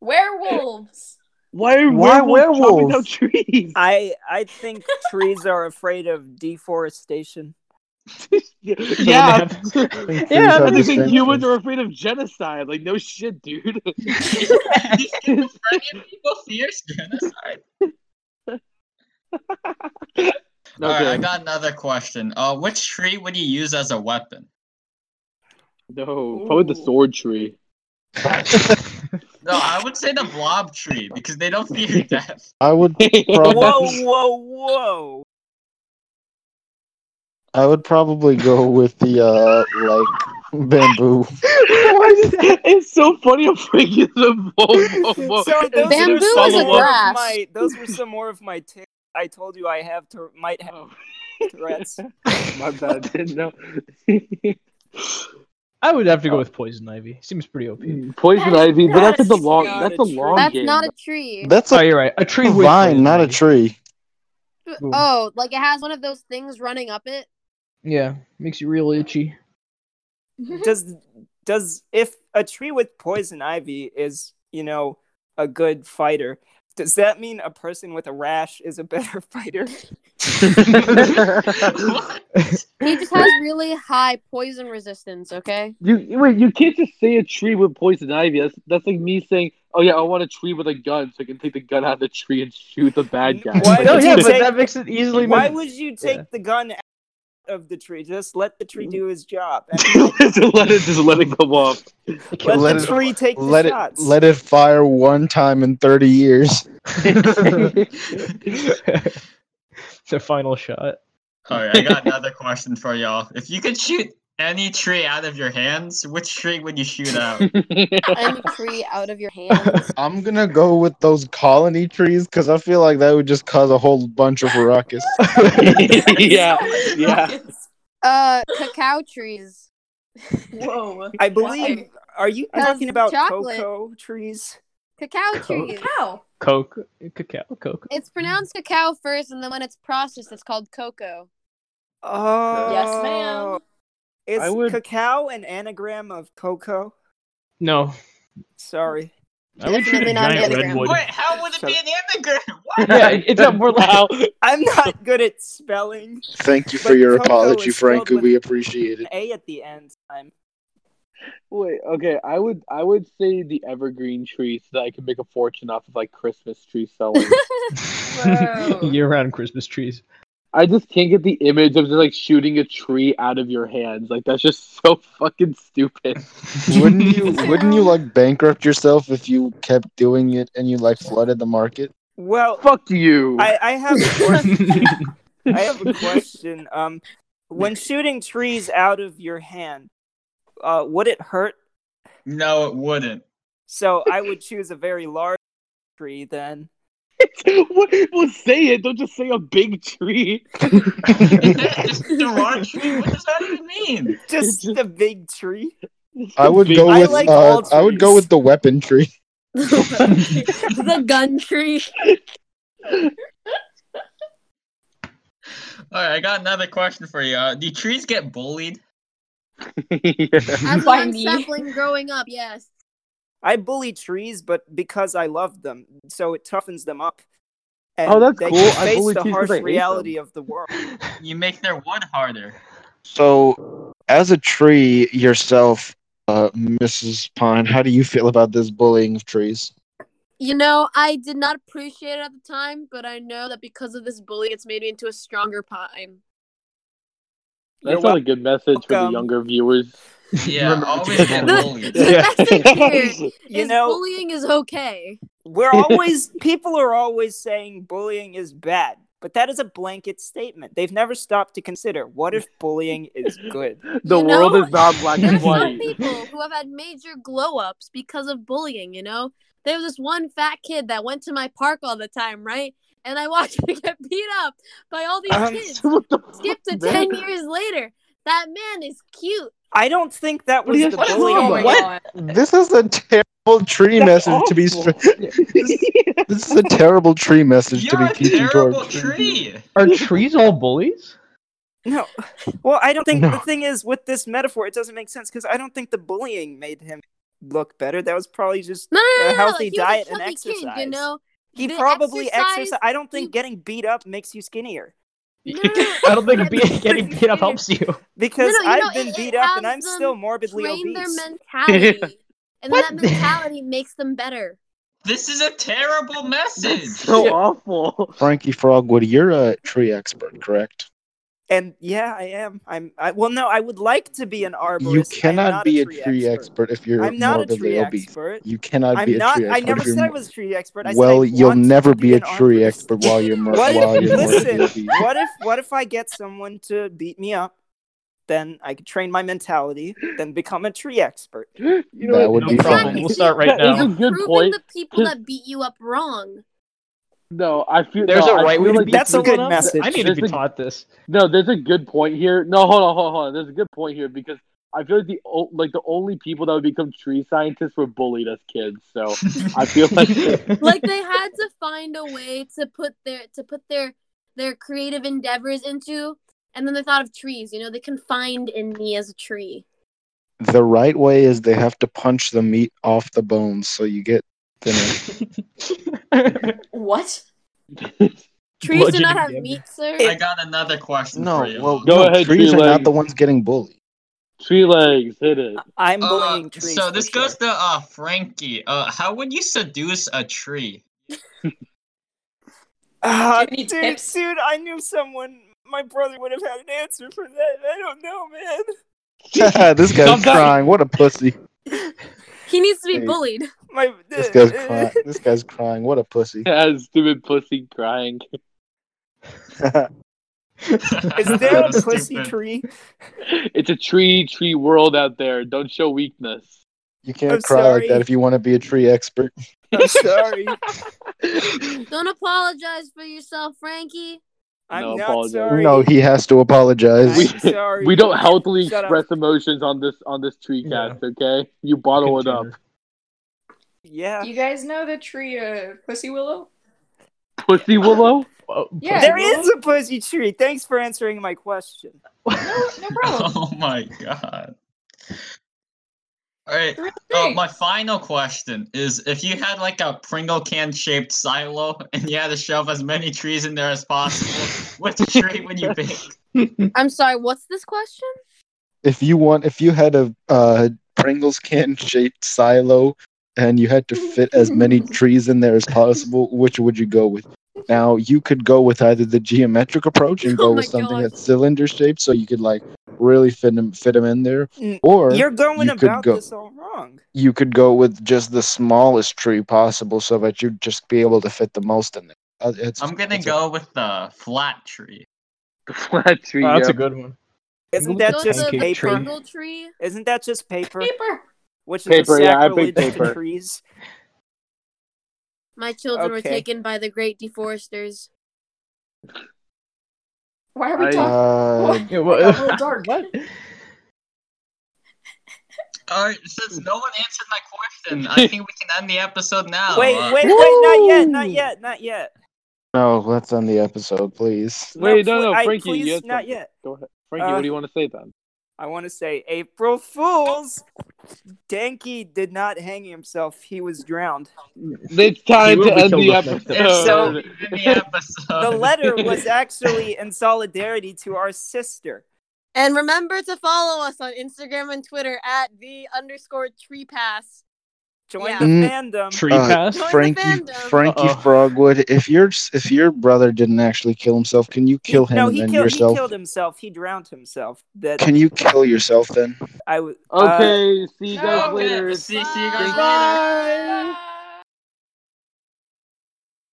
[SPEAKER 6] Werewolves.
[SPEAKER 2] Why are
[SPEAKER 3] Why
[SPEAKER 2] werewolves chopping
[SPEAKER 3] werewolves?
[SPEAKER 2] down trees?
[SPEAKER 4] I I think trees are afraid of deforestation.
[SPEAKER 2] [laughs] yeah,
[SPEAKER 7] they
[SPEAKER 2] yeah. [laughs]
[SPEAKER 7] have-
[SPEAKER 2] yeah.
[SPEAKER 3] have
[SPEAKER 2] If
[SPEAKER 3] the
[SPEAKER 2] anything,
[SPEAKER 3] same
[SPEAKER 2] humans
[SPEAKER 3] thing.
[SPEAKER 2] are afraid of genocide. Like no shit, dude. [laughs]
[SPEAKER 1] Do schizophrenia people fear genocide? All right, I got another question. Uh, which tree would you use as a weapon?
[SPEAKER 2] No, probably the
[SPEAKER 6] Ooh.
[SPEAKER 2] sword tree.
[SPEAKER 1] No, I would say the blob tree because they don't
[SPEAKER 3] [laughs]
[SPEAKER 1] fear death.
[SPEAKER 3] I would
[SPEAKER 2] [laughs]
[SPEAKER 4] Whoa,
[SPEAKER 3] probably
[SPEAKER 4] whoa, whoa!
[SPEAKER 3] I would probably go with the uh like bamboo.
[SPEAKER 2] it's so funny I'm freaking the whoa, whoa, whoa.
[SPEAKER 4] [laughs] So those,
[SPEAKER 2] and then
[SPEAKER 5] Bamboo
[SPEAKER 4] were
[SPEAKER 5] is
[SPEAKER 4] some
[SPEAKER 5] a
[SPEAKER 4] more of
[SPEAKER 5] grass.
[SPEAKER 4] my- those were some more of my tics. I told you I have to might have
[SPEAKER 2] Oh,
[SPEAKER 4] threats.
[SPEAKER 2] [laughs] my bad. Didn't know. [laughs]
[SPEAKER 7] [laughs] I would have to go with poison ivy. Seems pretty OP.
[SPEAKER 2] Poison
[SPEAKER 6] That is
[SPEAKER 2] ivy, but
[SPEAKER 6] not
[SPEAKER 2] that's
[SPEAKER 4] a
[SPEAKER 2] in the long.
[SPEAKER 4] tree,
[SPEAKER 2] That's a
[SPEAKER 4] not a tree.
[SPEAKER 2] long
[SPEAKER 5] That's
[SPEAKER 2] game.
[SPEAKER 5] not a tree.
[SPEAKER 3] That's
[SPEAKER 7] Oh,
[SPEAKER 3] a
[SPEAKER 7] you're right. A tree with
[SPEAKER 3] vine,
[SPEAKER 7] poison
[SPEAKER 3] not a
[SPEAKER 7] ivy.
[SPEAKER 3] tree.
[SPEAKER 7] Boom.
[SPEAKER 5] Oh, like it has one of those things running up it.
[SPEAKER 7] Yeah, makes you real itchy. [laughs]
[SPEAKER 6] Mm-hmm.
[SPEAKER 4] Does does if a tree with poison ivy is you know a good fighter? Does that mean a person with a rash is a better [laughs] fighter?
[SPEAKER 2] [laughs]
[SPEAKER 1] What?
[SPEAKER 5] He just [laughs] has really high poison resistance. [laughs] Okay.
[SPEAKER 2] You wait. You can't just say a tree with poison ivy. That's that's like me saying, "Oh yeah, I want a tree with a gun, so I can take the gun out of the tree and shoot the bad guy."
[SPEAKER 4] Why
[SPEAKER 7] no,
[SPEAKER 4] would
[SPEAKER 7] yeah,
[SPEAKER 4] you
[SPEAKER 7] but
[SPEAKER 4] take-
[SPEAKER 7] that makes it easily.
[SPEAKER 4] Why
[SPEAKER 7] made-
[SPEAKER 4] would [laughs] you take
[SPEAKER 7] Yeah.
[SPEAKER 4] the gun out of the tree? Just let the tree do his job.
[SPEAKER 3] [laughs]
[SPEAKER 4] I mean,
[SPEAKER 2] [laughs] just let it. Just let it go
[SPEAKER 7] [laughs]
[SPEAKER 2] off.
[SPEAKER 4] let,
[SPEAKER 3] Let
[SPEAKER 4] the
[SPEAKER 3] it-
[SPEAKER 4] tree take the
[SPEAKER 3] Let it
[SPEAKER 4] shots.
[SPEAKER 3] let it fire one time in thirty years.
[SPEAKER 7] [laughs] the final shot.
[SPEAKER 1] All right, I got another question for y'all. If you could shoot any tree out of your hands, which tree would you shoot
[SPEAKER 3] [laughs]
[SPEAKER 1] out?
[SPEAKER 5] Any tree out of your hands.
[SPEAKER 3] I'm gonna go with those colony trees because I feel like that would just cause a whole bunch of ruckus.
[SPEAKER 2] [laughs]
[SPEAKER 6] [laughs]
[SPEAKER 2] yeah, yeah.
[SPEAKER 5] Uh, cacao trees.
[SPEAKER 6] Whoa.
[SPEAKER 4] I believe. Are you
[SPEAKER 5] As
[SPEAKER 4] talking about
[SPEAKER 5] chocolate.
[SPEAKER 4] cocoa trees?
[SPEAKER 5] Cacao
[SPEAKER 7] Coke.
[SPEAKER 5] trees.
[SPEAKER 2] [laughs]
[SPEAKER 6] How?
[SPEAKER 7] Coke, cacao, coke.
[SPEAKER 5] It's pronounced cacao first, and then when it's processed, it's called [laughs] cocoa.
[SPEAKER 4] Oh,
[SPEAKER 6] Yes, ma'am.
[SPEAKER 4] Is
[SPEAKER 2] I would-
[SPEAKER 4] cacao an anagram of cocoa?
[SPEAKER 7] No,
[SPEAKER 4] Sorry.
[SPEAKER 7] I would shoot
[SPEAKER 5] Definitely
[SPEAKER 7] a
[SPEAKER 5] not an
[SPEAKER 7] giant
[SPEAKER 5] anagram.
[SPEAKER 7] redwood.
[SPEAKER 1] Wait, how would it be an anagram? [laughs] What?
[SPEAKER 3] [laughs]
[SPEAKER 7] Yeah, it's a more like.
[SPEAKER 2] Wow.
[SPEAKER 4] I'm not good at spelling.
[SPEAKER 3] Thank you
[SPEAKER 4] [laughs]
[SPEAKER 3] for
[SPEAKER 4] But
[SPEAKER 3] your
[SPEAKER 4] cocoa
[SPEAKER 3] apology,
[SPEAKER 4] is spelled
[SPEAKER 3] Franco.
[SPEAKER 4] with-
[SPEAKER 3] We
[SPEAKER 4] [laughs]
[SPEAKER 3] appreciate it.
[SPEAKER 4] A at the end. I'm
[SPEAKER 2] Wait. Okay. I would. I would say the evergreen tree, so that I could make a fortune off of like Christmas tree
[SPEAKER 7] [laughs]
[SPEAKER 2] selling.
[SPEAKER 6] Whoa.
[SPEAKER 7] Year-round Christmas trees.
[SPEAKER 2] I just can't get the image of just like shooting a tree out of your hands. Like that's just so [laughs] fucking stupid.
[SPEAKER 7] [laughs]
[SPEAKER 3] Wouldn't you? Wouldn't you like bankrupt yourself if you kept doing it and you like flooded the market?
[SPEAKER 4] well.
[SPEAKER 2] Fuck you. [laughs]
[SPEAKER 4] I, I have a question. I have a question. Um, when shooting trees out of your hand, uh, would it hurt?
[SPEAKER 1] No, it
[SPEAKER 3] [laughs]
[SPEAKER 1] wouldn't. [laughs]
[SPEAKER 4] So I would choose a very large tree then. [laughs]
[SPEAKER 2] [laughs] what, well, say it. Don't just say a big tree. [laughs]
[SPEAKER 1] Just the large tree? What does that even mean?
[SPEAKER 2] [laughs]
[SPEAKER 4] Just
[SPEAKER 2] just-
[SPEAKER 4] the big tree.
[SPEAKER 3] I would
[SPEAKER 2] Big-
[SPEAKER 3] go
[SPEAKER 4] I
[SPEAKER 3] with.
[SPEAKER 4] like
[SPEAKER 3] uh,
[SPEAKER 4] all
[SPEAKER 3] I would go
[SPEAKER 4] trees.
[SPEAKER 3] with the weapon tree.
[SPEAKER 5] the gun tree.
[SPEAKER 1] All right, I got another question for you. Uh, do trees get bullied?
[SPEAKER 5] As a
[SPEAKER 6] Why
[SPEAKER 5] young
[SPEAKER 6] me?
[SPEAKER 5] sapling growing up, yes.
[SPEAKER 4] I bully trees, but because I love them, so it toughens them up. And
[SPEAKER 2] Oh, that's
[SPEAKER 4] they
[SPEAKER 2] cool.
[SPEAKER 4] Can
[SPEAKER 2] I
[SPEAKER 4] face
[SPEAKER 2] bully
[SPEAKER 4] the
[SPEAKER 2] trees 'cause
[SPEAKER 4] harsh
[SPEAKER 2] I hate them.
[SPEAKER 4] reality of
[SPEAKER 2] [laughs]
[SPEAKER 4] the world.
[SPEAKER 1] You make their wood harder.
[SPEAKER 3] [laughs] So, as a tree yourself, uh, Mrs. Pine, how do you feel about this bullying of trees?
[SPEAKER 5] You know, I did not appreciate it at the time, but I know that because of this bully, it's made me into a stronger pine.
[SPEAKER 4] You're
[SPEAKER 2] That's not a good message for the
[SPEAKER 4] welcome.
[SPEAKER 2] younger viewers.
[SPEAKER 1] Yeah,
[SPEAKER 2] Remember to
[SPEAKER 1] always
[SPEAKER 2] get
[SPEAKER 1] get
[SPEAKER 2] bullied.
[SPEAKER 1] bullied.
[SPEAKER 5] The message
[SPEAKER 2] [laughs]
[SPEAKER 5] here
[SPEAKER 4] You
[SPEAKER 5] is
[SPEAKER 4] know-
[SPEAKER 5] bullying is okay.
[SPEAKER 4] We're always people are always saying bullying is bad, but that is a blanket statement. They've never stopped to consider what if bullying is good.
[SPEAKER 2] The
[SPEAKER 5] You
[SPEAKER 2] world
[SPEAKER 5] know,
[SPEAKER 2] is not black
[SPEAKER 5] There are
[SPEAKER 2] and
[SPEAKER 5] some
[SPEAKER 2] white.
[SPEAKER 5] people who have had major glow ups because of bullying, you know? There was this one fat kid that went to my park all the time, right? And I watched [laughs] him get beat up by all these
[SPEAKER 4] Um,
[SPEAKER 5] kids.
[SPEAKER 2] [laughs] what the
[SPEAKER 5] Skip to
[SPEAKER 2] fuck, man?
[SPEAKER 5] 10 years later. That man is cute.
[SPEAKER 4] I don't think that
[SPEAKER 2] What
[SPEAKER 4] was
[SPEAKER 2] do you
[SPEAKER 4] the
[SPEAKER 2] have to
[SPEAKER 4] bullying.
[SPEAKER 2] Oh
[SPEAKER 6] Oh
[SPEAKER 2] my
[SPEAKER 6] my
[SPEAKER 4] part.
[SPEAKER 6] god.
[SPEAKER 3] This is a terrible tree
[SPEAKER 2] That's
[SPEAKER 3] message to be.
[SPEAKER 2] awful.
[SPEAKER 3] str- This is a terrible tree message to
[SPEAKER 1] You're
[SPEAKER 3] be
[SPEAKER 1] a
[SPEAKER 3] teaching to our
[SPEAKER 1] terrible tree.
[SPEAKER 7] Are trees all bullies?
[SPEAKER 4] No. Well, I don't think
[SPEAKER 3] No.
[SPEAKER 4] the thing is with this metaphor, it doesn't make sense because I don't think the bullying made him look better. That was probably just
[SPEAKER 5] No, no, no,
[SPEAKER 4] A
[SPEAKER 5] no, no,
[SPEAKER 4] healthy
[SPEAKER 5] like, he
[SPEAKER 4] diet
[SPEAKER 5] was a
[SPEAKER 4] and
[SPEAKER 5] chubby Kid,
[SPEAKER 4] exercise.
[SPEAKER 5] you know?
[SPEAKER 4] he
[SPEAKER 5] The
[SPEAKER 4] probably
[SPEAKER 5] exercise-
[SPEAKER 4] exercise. I don't think
[SPEAKER 5] he-
[SPEAKER 4] getting beat up makes you skinnier
[SPEAKER 5] No, no, no.
[SPEAKER 7] I don't think
[SPEAKER 5] Get the
[SPEAKER 7] beat, getting
[SPEAKER 5] freaking
[SPEAKER 7] beat up
[SPEAKER 5] shit.
[SPEAKER 7] helps you.
[SPEAKER 4] because
[SPEAKER 5] No, no, you
[SPEAKER 4] I've
[SPEAKER 5] know,
[SPEAKER 4] been
[SPEAKER 5] it-
[SPEAKER 4] beat
[SPEAKER 5] it
[SPEAKER 4] up and
[SPEAKER 5] has
[SPEAKER 4] I'm still
[SPEAKER 5] them
[SPEAKER 4] morbidly
[SPEAKER 5] Train their
[SPEAKER 4] obese. [laughs]
[SPEAKER 5] mentality. and then
[SPEAKER 7] What
[SPEAKER 5] that
[SPEAKER 7] the-
[SPEAKER 5] mentality makes them better.
[SPEAKER 1] This is a terrible message.
[SPEAKER 2] So awful.
[SPEAKER 3] Frankie Frogwood, you're a tree expert, correct?
[SPEAKER 4] And yeah, I am. I'm. I, well, no, I would like to be an arborist.
[SPEAKER 3] You
[SPEAKER 4] I am
[SPEAKER 3] cannot
[SPEAKER 4] not
[SPEAKER 3] be
[SPEAKER 4] a tree, expert.
[SPEAKER 3] if you're
[SPEAKER 4] I'm not a
[SPEAKER 3] morbidly
[SPEAKER 4] tree
[SPEAKER 3] obese.
[SPEAKER 4] expert.
[SPEAKER 3] You cannot
[SPEAKER 4] I'm
[SPEAKER 3] be a
[SPEAKER 4] not.
[SPEAKER 3] tree expert.
[SPEAKER 4] I never
[SPEAKER 3] if you're
[SPEAKER 4] said I
[SPEAKER 3] mo-
[SPEAKER 4] was a tree expert. I said I
[SPEAKER 3] well, you'll
[SPEAKER 4] want
[SPEAKER 3] never
[SPEAKER 4] to
[SPEAKER 3] be a
[SPEAKER 4] an
[SPEAKER 3] tree
[SPEAKER 4] arborist.
[SPEAKER 3] expert while you're mor-
[SPEAKER 4] [laughs] What
[SPEAKER 3] while
[SPEAKER 4] if,
[SPEAKER 3] you're morbidly
[SPEAKER 4] listen,
[SPEAKER 3] obese.
[SPEAKER 4] what if what if I get someone to beat me up? Then I could train my mentality, then become a tree expert.
[SPEAKER 2] You know
[SPEAKER 3] That
[SPEAKER 2] what?
[SPEAKER 3] would
[SPEAKER 7] No
[SPEAKER 3] be
[SPEAKER 7] problem.
[SPEAKER 3] fine.
[SPEAKER 7] We'll start right
[SPEAKER 2] That is
[SPEAKER 7] now.
[SPEAKER 2] a good
[SPEAKER 5] Proving
[SPEAKER 2] point.
[SPEAKER 5] the people that beat you up wrong.
[SPEAKER 2] [laughs] No, I feel
[SPEAKER 7] There's
[SPEAKER 2] no,
[SPEAKER 7] a
[SPEAKER 2] I
[SPEAKER 7] right
[SPEAKER 2] feel
[SPEAKER 7] way to
[SPEAKER 2] like
[SPEAKER 7] beat
[SPEAKER 4] That's a
[SPEAKER 2] this is-
[SPEAKER 7] someone
[SPEAKER 4] good
[SPEAKER 7] up.
[SPEAKER 4] message.
[SPEAKER 7] I need to be
[SPEAKER 2] There's a-
[SPEAKER 7] taught this.
[SPEAKER 2] No, there's a good point here. No, hold on, hold on, hold on. There's a good point here because I feel like the o- like the only people that would become tree scientists were bullied as kids. So I feel
[SPEAKER 5] [laughs]
[SPEAKER 2] like [laughs]
[SPEAKER 5] Like they had to find a way to put their to put their their creative endeavors into, and then they thought of trees. You know, they confined in me as a tree.
[SPEAKER 3] The right way is they have to punch the meat off the bones so you get [laughs] thinner.
[SPEAKER 6] What?
[SPEAKER 5] Trees do not
[SPEAKER 7] Bludgeoning
[SPEAKER 5] have
[SPEAKER 7] damage.
[SPEAKER 5] meat, sir.
[SPEAKER 1] [laughs] I got another question for
[SPEAKER 3] No,
[SPEAKER 1] you.
[SPEAKER 3] well,
[SPEAKER 2] Go
[SPEAKER 3] no,
[SPEAKER 2] ahead,
[SPEAKER 3] trees
[SPEAKER 2] tree
[SPEAKER 3] are not
[SPEAKER 2] legs.
[SPEAKER 3] the ones getting [laughs] bullied.
[SPEAKER 2] tree legs hit
[SPEAKER 5] [laughs]
[SPEAKER 2] it.
[SPEAKER 4] I'm
[SPEAKER 1] Uh,
[SPEAKER 4] bullying trees.
[SPEAKER 1] so
[SPEAKER 4] for
[SPEAKER 1] this
[SPEAKER 4] sure.
[SPEAKER 1] goes to uh Frankie. Uh, how would you seduce a tree?
[SPEAKER 4] Ah,
[SPEAKER 6] Do you need
[SPEAKER 4] dude,
[SPEAKER 6] tips?
[SPEAKER 4] dude, I knew someone. My brother would have had an answer for that. I don't know, man.
[SPEAKER 3] this guy's
[SPEAKER 7] Thumbs up.
[SPEAKER 3] crying. What a pussy.
[SPEAKER 5] He needs to be
[SPEAKER 3] Hey.
[SPEAKER 5] bullied.
[SPEAKER 4] My uh,
[SPEAKER 3] This
[SPEAKER 4] [laughs]
[SPEAKER 3] guy's crying. This guy's crying. What a pussy.
[SPEAKER 2] Yeah, stupid pussy crying.
[SPEAKER 4] [laughs]
[SPEAKER 1] [laughs]
[SPEAKER 4] Is there a
[SPEAKER 1] That's
[SPEAKER 4] pussy
[SPEAKER 1] stupid. [laughs]
[SPEAKER 4] tree?
[SPEAKER 2] It's a tree tree world out there. Don't show weakness.
[SPEAKER 3] [laughs] you
[SPEAKER 4] I'm
[SPEAKER 3] can't cry like
[SPEAKER 4] sorry.
[SPEAKER 3] that if you want to be a tree expert.
[SPEAKER 4] I'm sorry.
[SPEAKER 5] Don't apologize for yourself, Frankie.
[SPEAKER 4] I'm
[SPEAKER 2] No,
[SPEAKER 4] not
[SPEAKER 2] apologize.
[SPEAKER 4] sorry.
[SPEAKER 3] No, he has to apologize.
[SPEAKER 4] I'm
[SPEAKER 2] We
[SPEAKER 4] [laughs] sorry.
[SPEAKER 2] we don't healthily
[SPEAKER 4] Shut up.
[SPEAKER 2] express emotions on this on this tree
[SPEAKER 7] Yeah.
[SPEAKER 2] cast, okay? You bottle it up.
[SPEAKER 7] [laughs] Container.
[SPEAKER 4] Yeah.
[SPEAKER 6] Do you guys know the tree uh, pussy willow?
[SPEAKER 2] Pussy willow?
[SPEAKER 7] Oh,
[SPEAKER 6] Yeah.
[SPEAKER 7] pussy
[SPEAKER 4] There
[SPEAKER 7] willow?
[SPEAKER 4] is a pussy tree. Thanks for answering my question.
[SPEAKER 6] No, no problem.
[SPEAKER 1] Oh my god. All right.
[SPEAKER 6] The real
[SPEAKER 1] Uh,
[SPEAKER 6] thing.
[SPEAKER 1] my final question is: If you had like a Pringle can shaped silo and you had to shove as many trees in there as possible, which tree would
[SPEAKER 3] [laughs]
[SPEAKER 1] you pick?
[SPEAKER 5] I'm sorry. What's this question?
[SPEAKER 3] If you want, if you had a uh, Pringles can shaped silo and you had to fit as
[SPEAKER 5] [laughs]
[SPEAKER 3] many trees in there as possible, which would you go with? Now you could go with either the geometric approach and
[SPEAKER 5] Oh
[SPEAKER 3] go
[SPEAKER 5] my
[SPEAKER 3] with something
[SPEAKER 5] gosh.
[SPEAKER 3] that's cylinder shaped, so you could like really fit them fit them in there,
[SPEAKER 5] Mm,
[SPEAKER 4] N-
[SPEAKER 3] or
[SPEAKER 4] You're going
[SPEAKER 3] you could
[SPEAKER 4] about
[SPEAKER 3] go
[SPEAKER 4] this all wrong.
[SPEAKER 3] you could go with just the smallest tree possible, so that you'd just be able to fit the most in there. Uh, It's,
[SPEAKER 1] I'm gonna
[SPEAKER 3] it's
[SPEAKER 1] go with the flat tree.
[SPEAKER 2] The flat tree,
[SPEAKER 7] Oh, that's
[SPEAKER 2] yeah.
[SPEAKER 7] a good one.
[SPEAKER 4] Isn't
[SPEAKER 7] Pringle
[SPEAKER 4] that
[SPEAKER 5] So
[SPEAKER 7] with
[SPEAKER 5] it's
[SPEAKER 4] just
[SPEAKER 5] the,
[SPEAKER 7] pancake
[SPEAKER 5] the
[SPEAKER 7] tree.
[SPEAKER 4] paper?
[SPEAKER 5] Pringle tree.
[SPEAKER 4] Isn't that just paper?
[SPEAKER 6] Paper.
[SPEAKER 4] Which is
[SPEAKER 2] Paper,
[SPEAKER 4] a
[SPEAKER 2] yeah, I picked
[SPEAKER 4] sacrilege to
[SPEAKER 2] paper.
[SPEAKER 4] trees.
[SPEAKER 5] My children were
[SPEAKER 4] Okay.
[SPEAKER 5] taken by the great deforesters.
[SPEAKER 6] Why are we
[SPEAKER 2] I-
[SPEAKER 6] talking?
[SPEAKER 3] Uh,
[SPEAKER 5] [laughs]
[SPEAKER 6] What?
[SPEAKER 7] Yeah,
[SPEAKER 6] It got real
[SPEAKER 7] what?
[SPEAKER 6] dark.
[SPEAKER 7] what?
[SPEAKER 1] All right. Since no one answered my question, I think we can end the episode now.
[SPEAKER 4] Wait,
[SPEAKER 1] Uh,
[SPEAKER 4] [laughs] wait, wait, not yet, not yet, not yet.
[SPEAKER 3] no, let's end the episode, please.
[SPEAKER 2] Wait, no,
[SPEAKER 4] pl-
[SPEAKER 2] no,
[SPEAKER 4] I-
[SPEAKER 2] Frankie,
[SPEAKER 4] please,
[SPEAKER 2] you had
[SPEAKER 4] not
[SPEAKER 2] something.
[SPEAKER 4] yet.
[SPEAKER 2] Go ahead. Frankie,
[SPEAKER 4] Uh,
[SPEAKER 2] what do you want to say then?
[SPEAKER 4] I want to say April Fools. Danky did not hang himself. He was drowned.
[SPEAKER 2] It's
[SPEAKER 7] He
[SPEAKER 2] time
[SPEAKER 7] will
[SPEAKER 2] to
[SPEAKER 7] be
[SPEAKER 2] end
[SPEAKER 7] killed
[SPEAKER 2] the
[SPEAKER 7] with next
[SPEAKER 1] If so,
[SPEAKER 2] episode.
[SPEAKER 7] episode.
[SPEAKER 1] in the episode.
[SPEAKER 4] The
[SPEAKER 1] [laughs]
[SPEAKER 4] letter was actually in solidarity to our sister.
[SPEAKER 5] And remember to follow us on Instagram and Twitter at the underscore tree pass.
[SPEAKER 4] Join
[SPEAKER 5] Yeah.
[SPEAKER 4] the
[SPEAKER 3] Mm.
[SPEAKER 4] fandom.
[SPEAKER 7] Tree
[SPEAKER 3] Uh,
[SPEAKER 7] pass.
[SPEAKER 5] Join the
[SPEAKER 3] Frankie,
[SPEAKER 5] fandom.
[SPEAKER 3] Frankie
[SPEAKER 7] Uh-oh.
[SPEAKER 3] Frogwood, if your if your brother didn't actually kill himself, can you
[SPEAKER 4] He,
[SPEAKER 3] kill him
[SPEAKER 4] no,
[SPEAKER 3] and
[SPEAKER 4] he
[SPEAKER 3] then
[SPEAKER 4] killed. He
[SPEAKER 3] yourself?
[SPEAKER 4] killed himself. He drowned himself. That
[SPEAKER 3] Can you kill yourself then?
[SPEAKER 4] I was. Uh,
[SPEAKER 2] Okay, see you guys
[SPEAKER 6] No.
[SPEAKER 1] okay.
[SPEAKER 2] later.
[SPEAKER 1] See, see you guys
[SPEAKER 5] Bye.
[SPEAKER 1] later.
[SPEAKER 2] Goodbye.
[SPEAKER 6] Bye.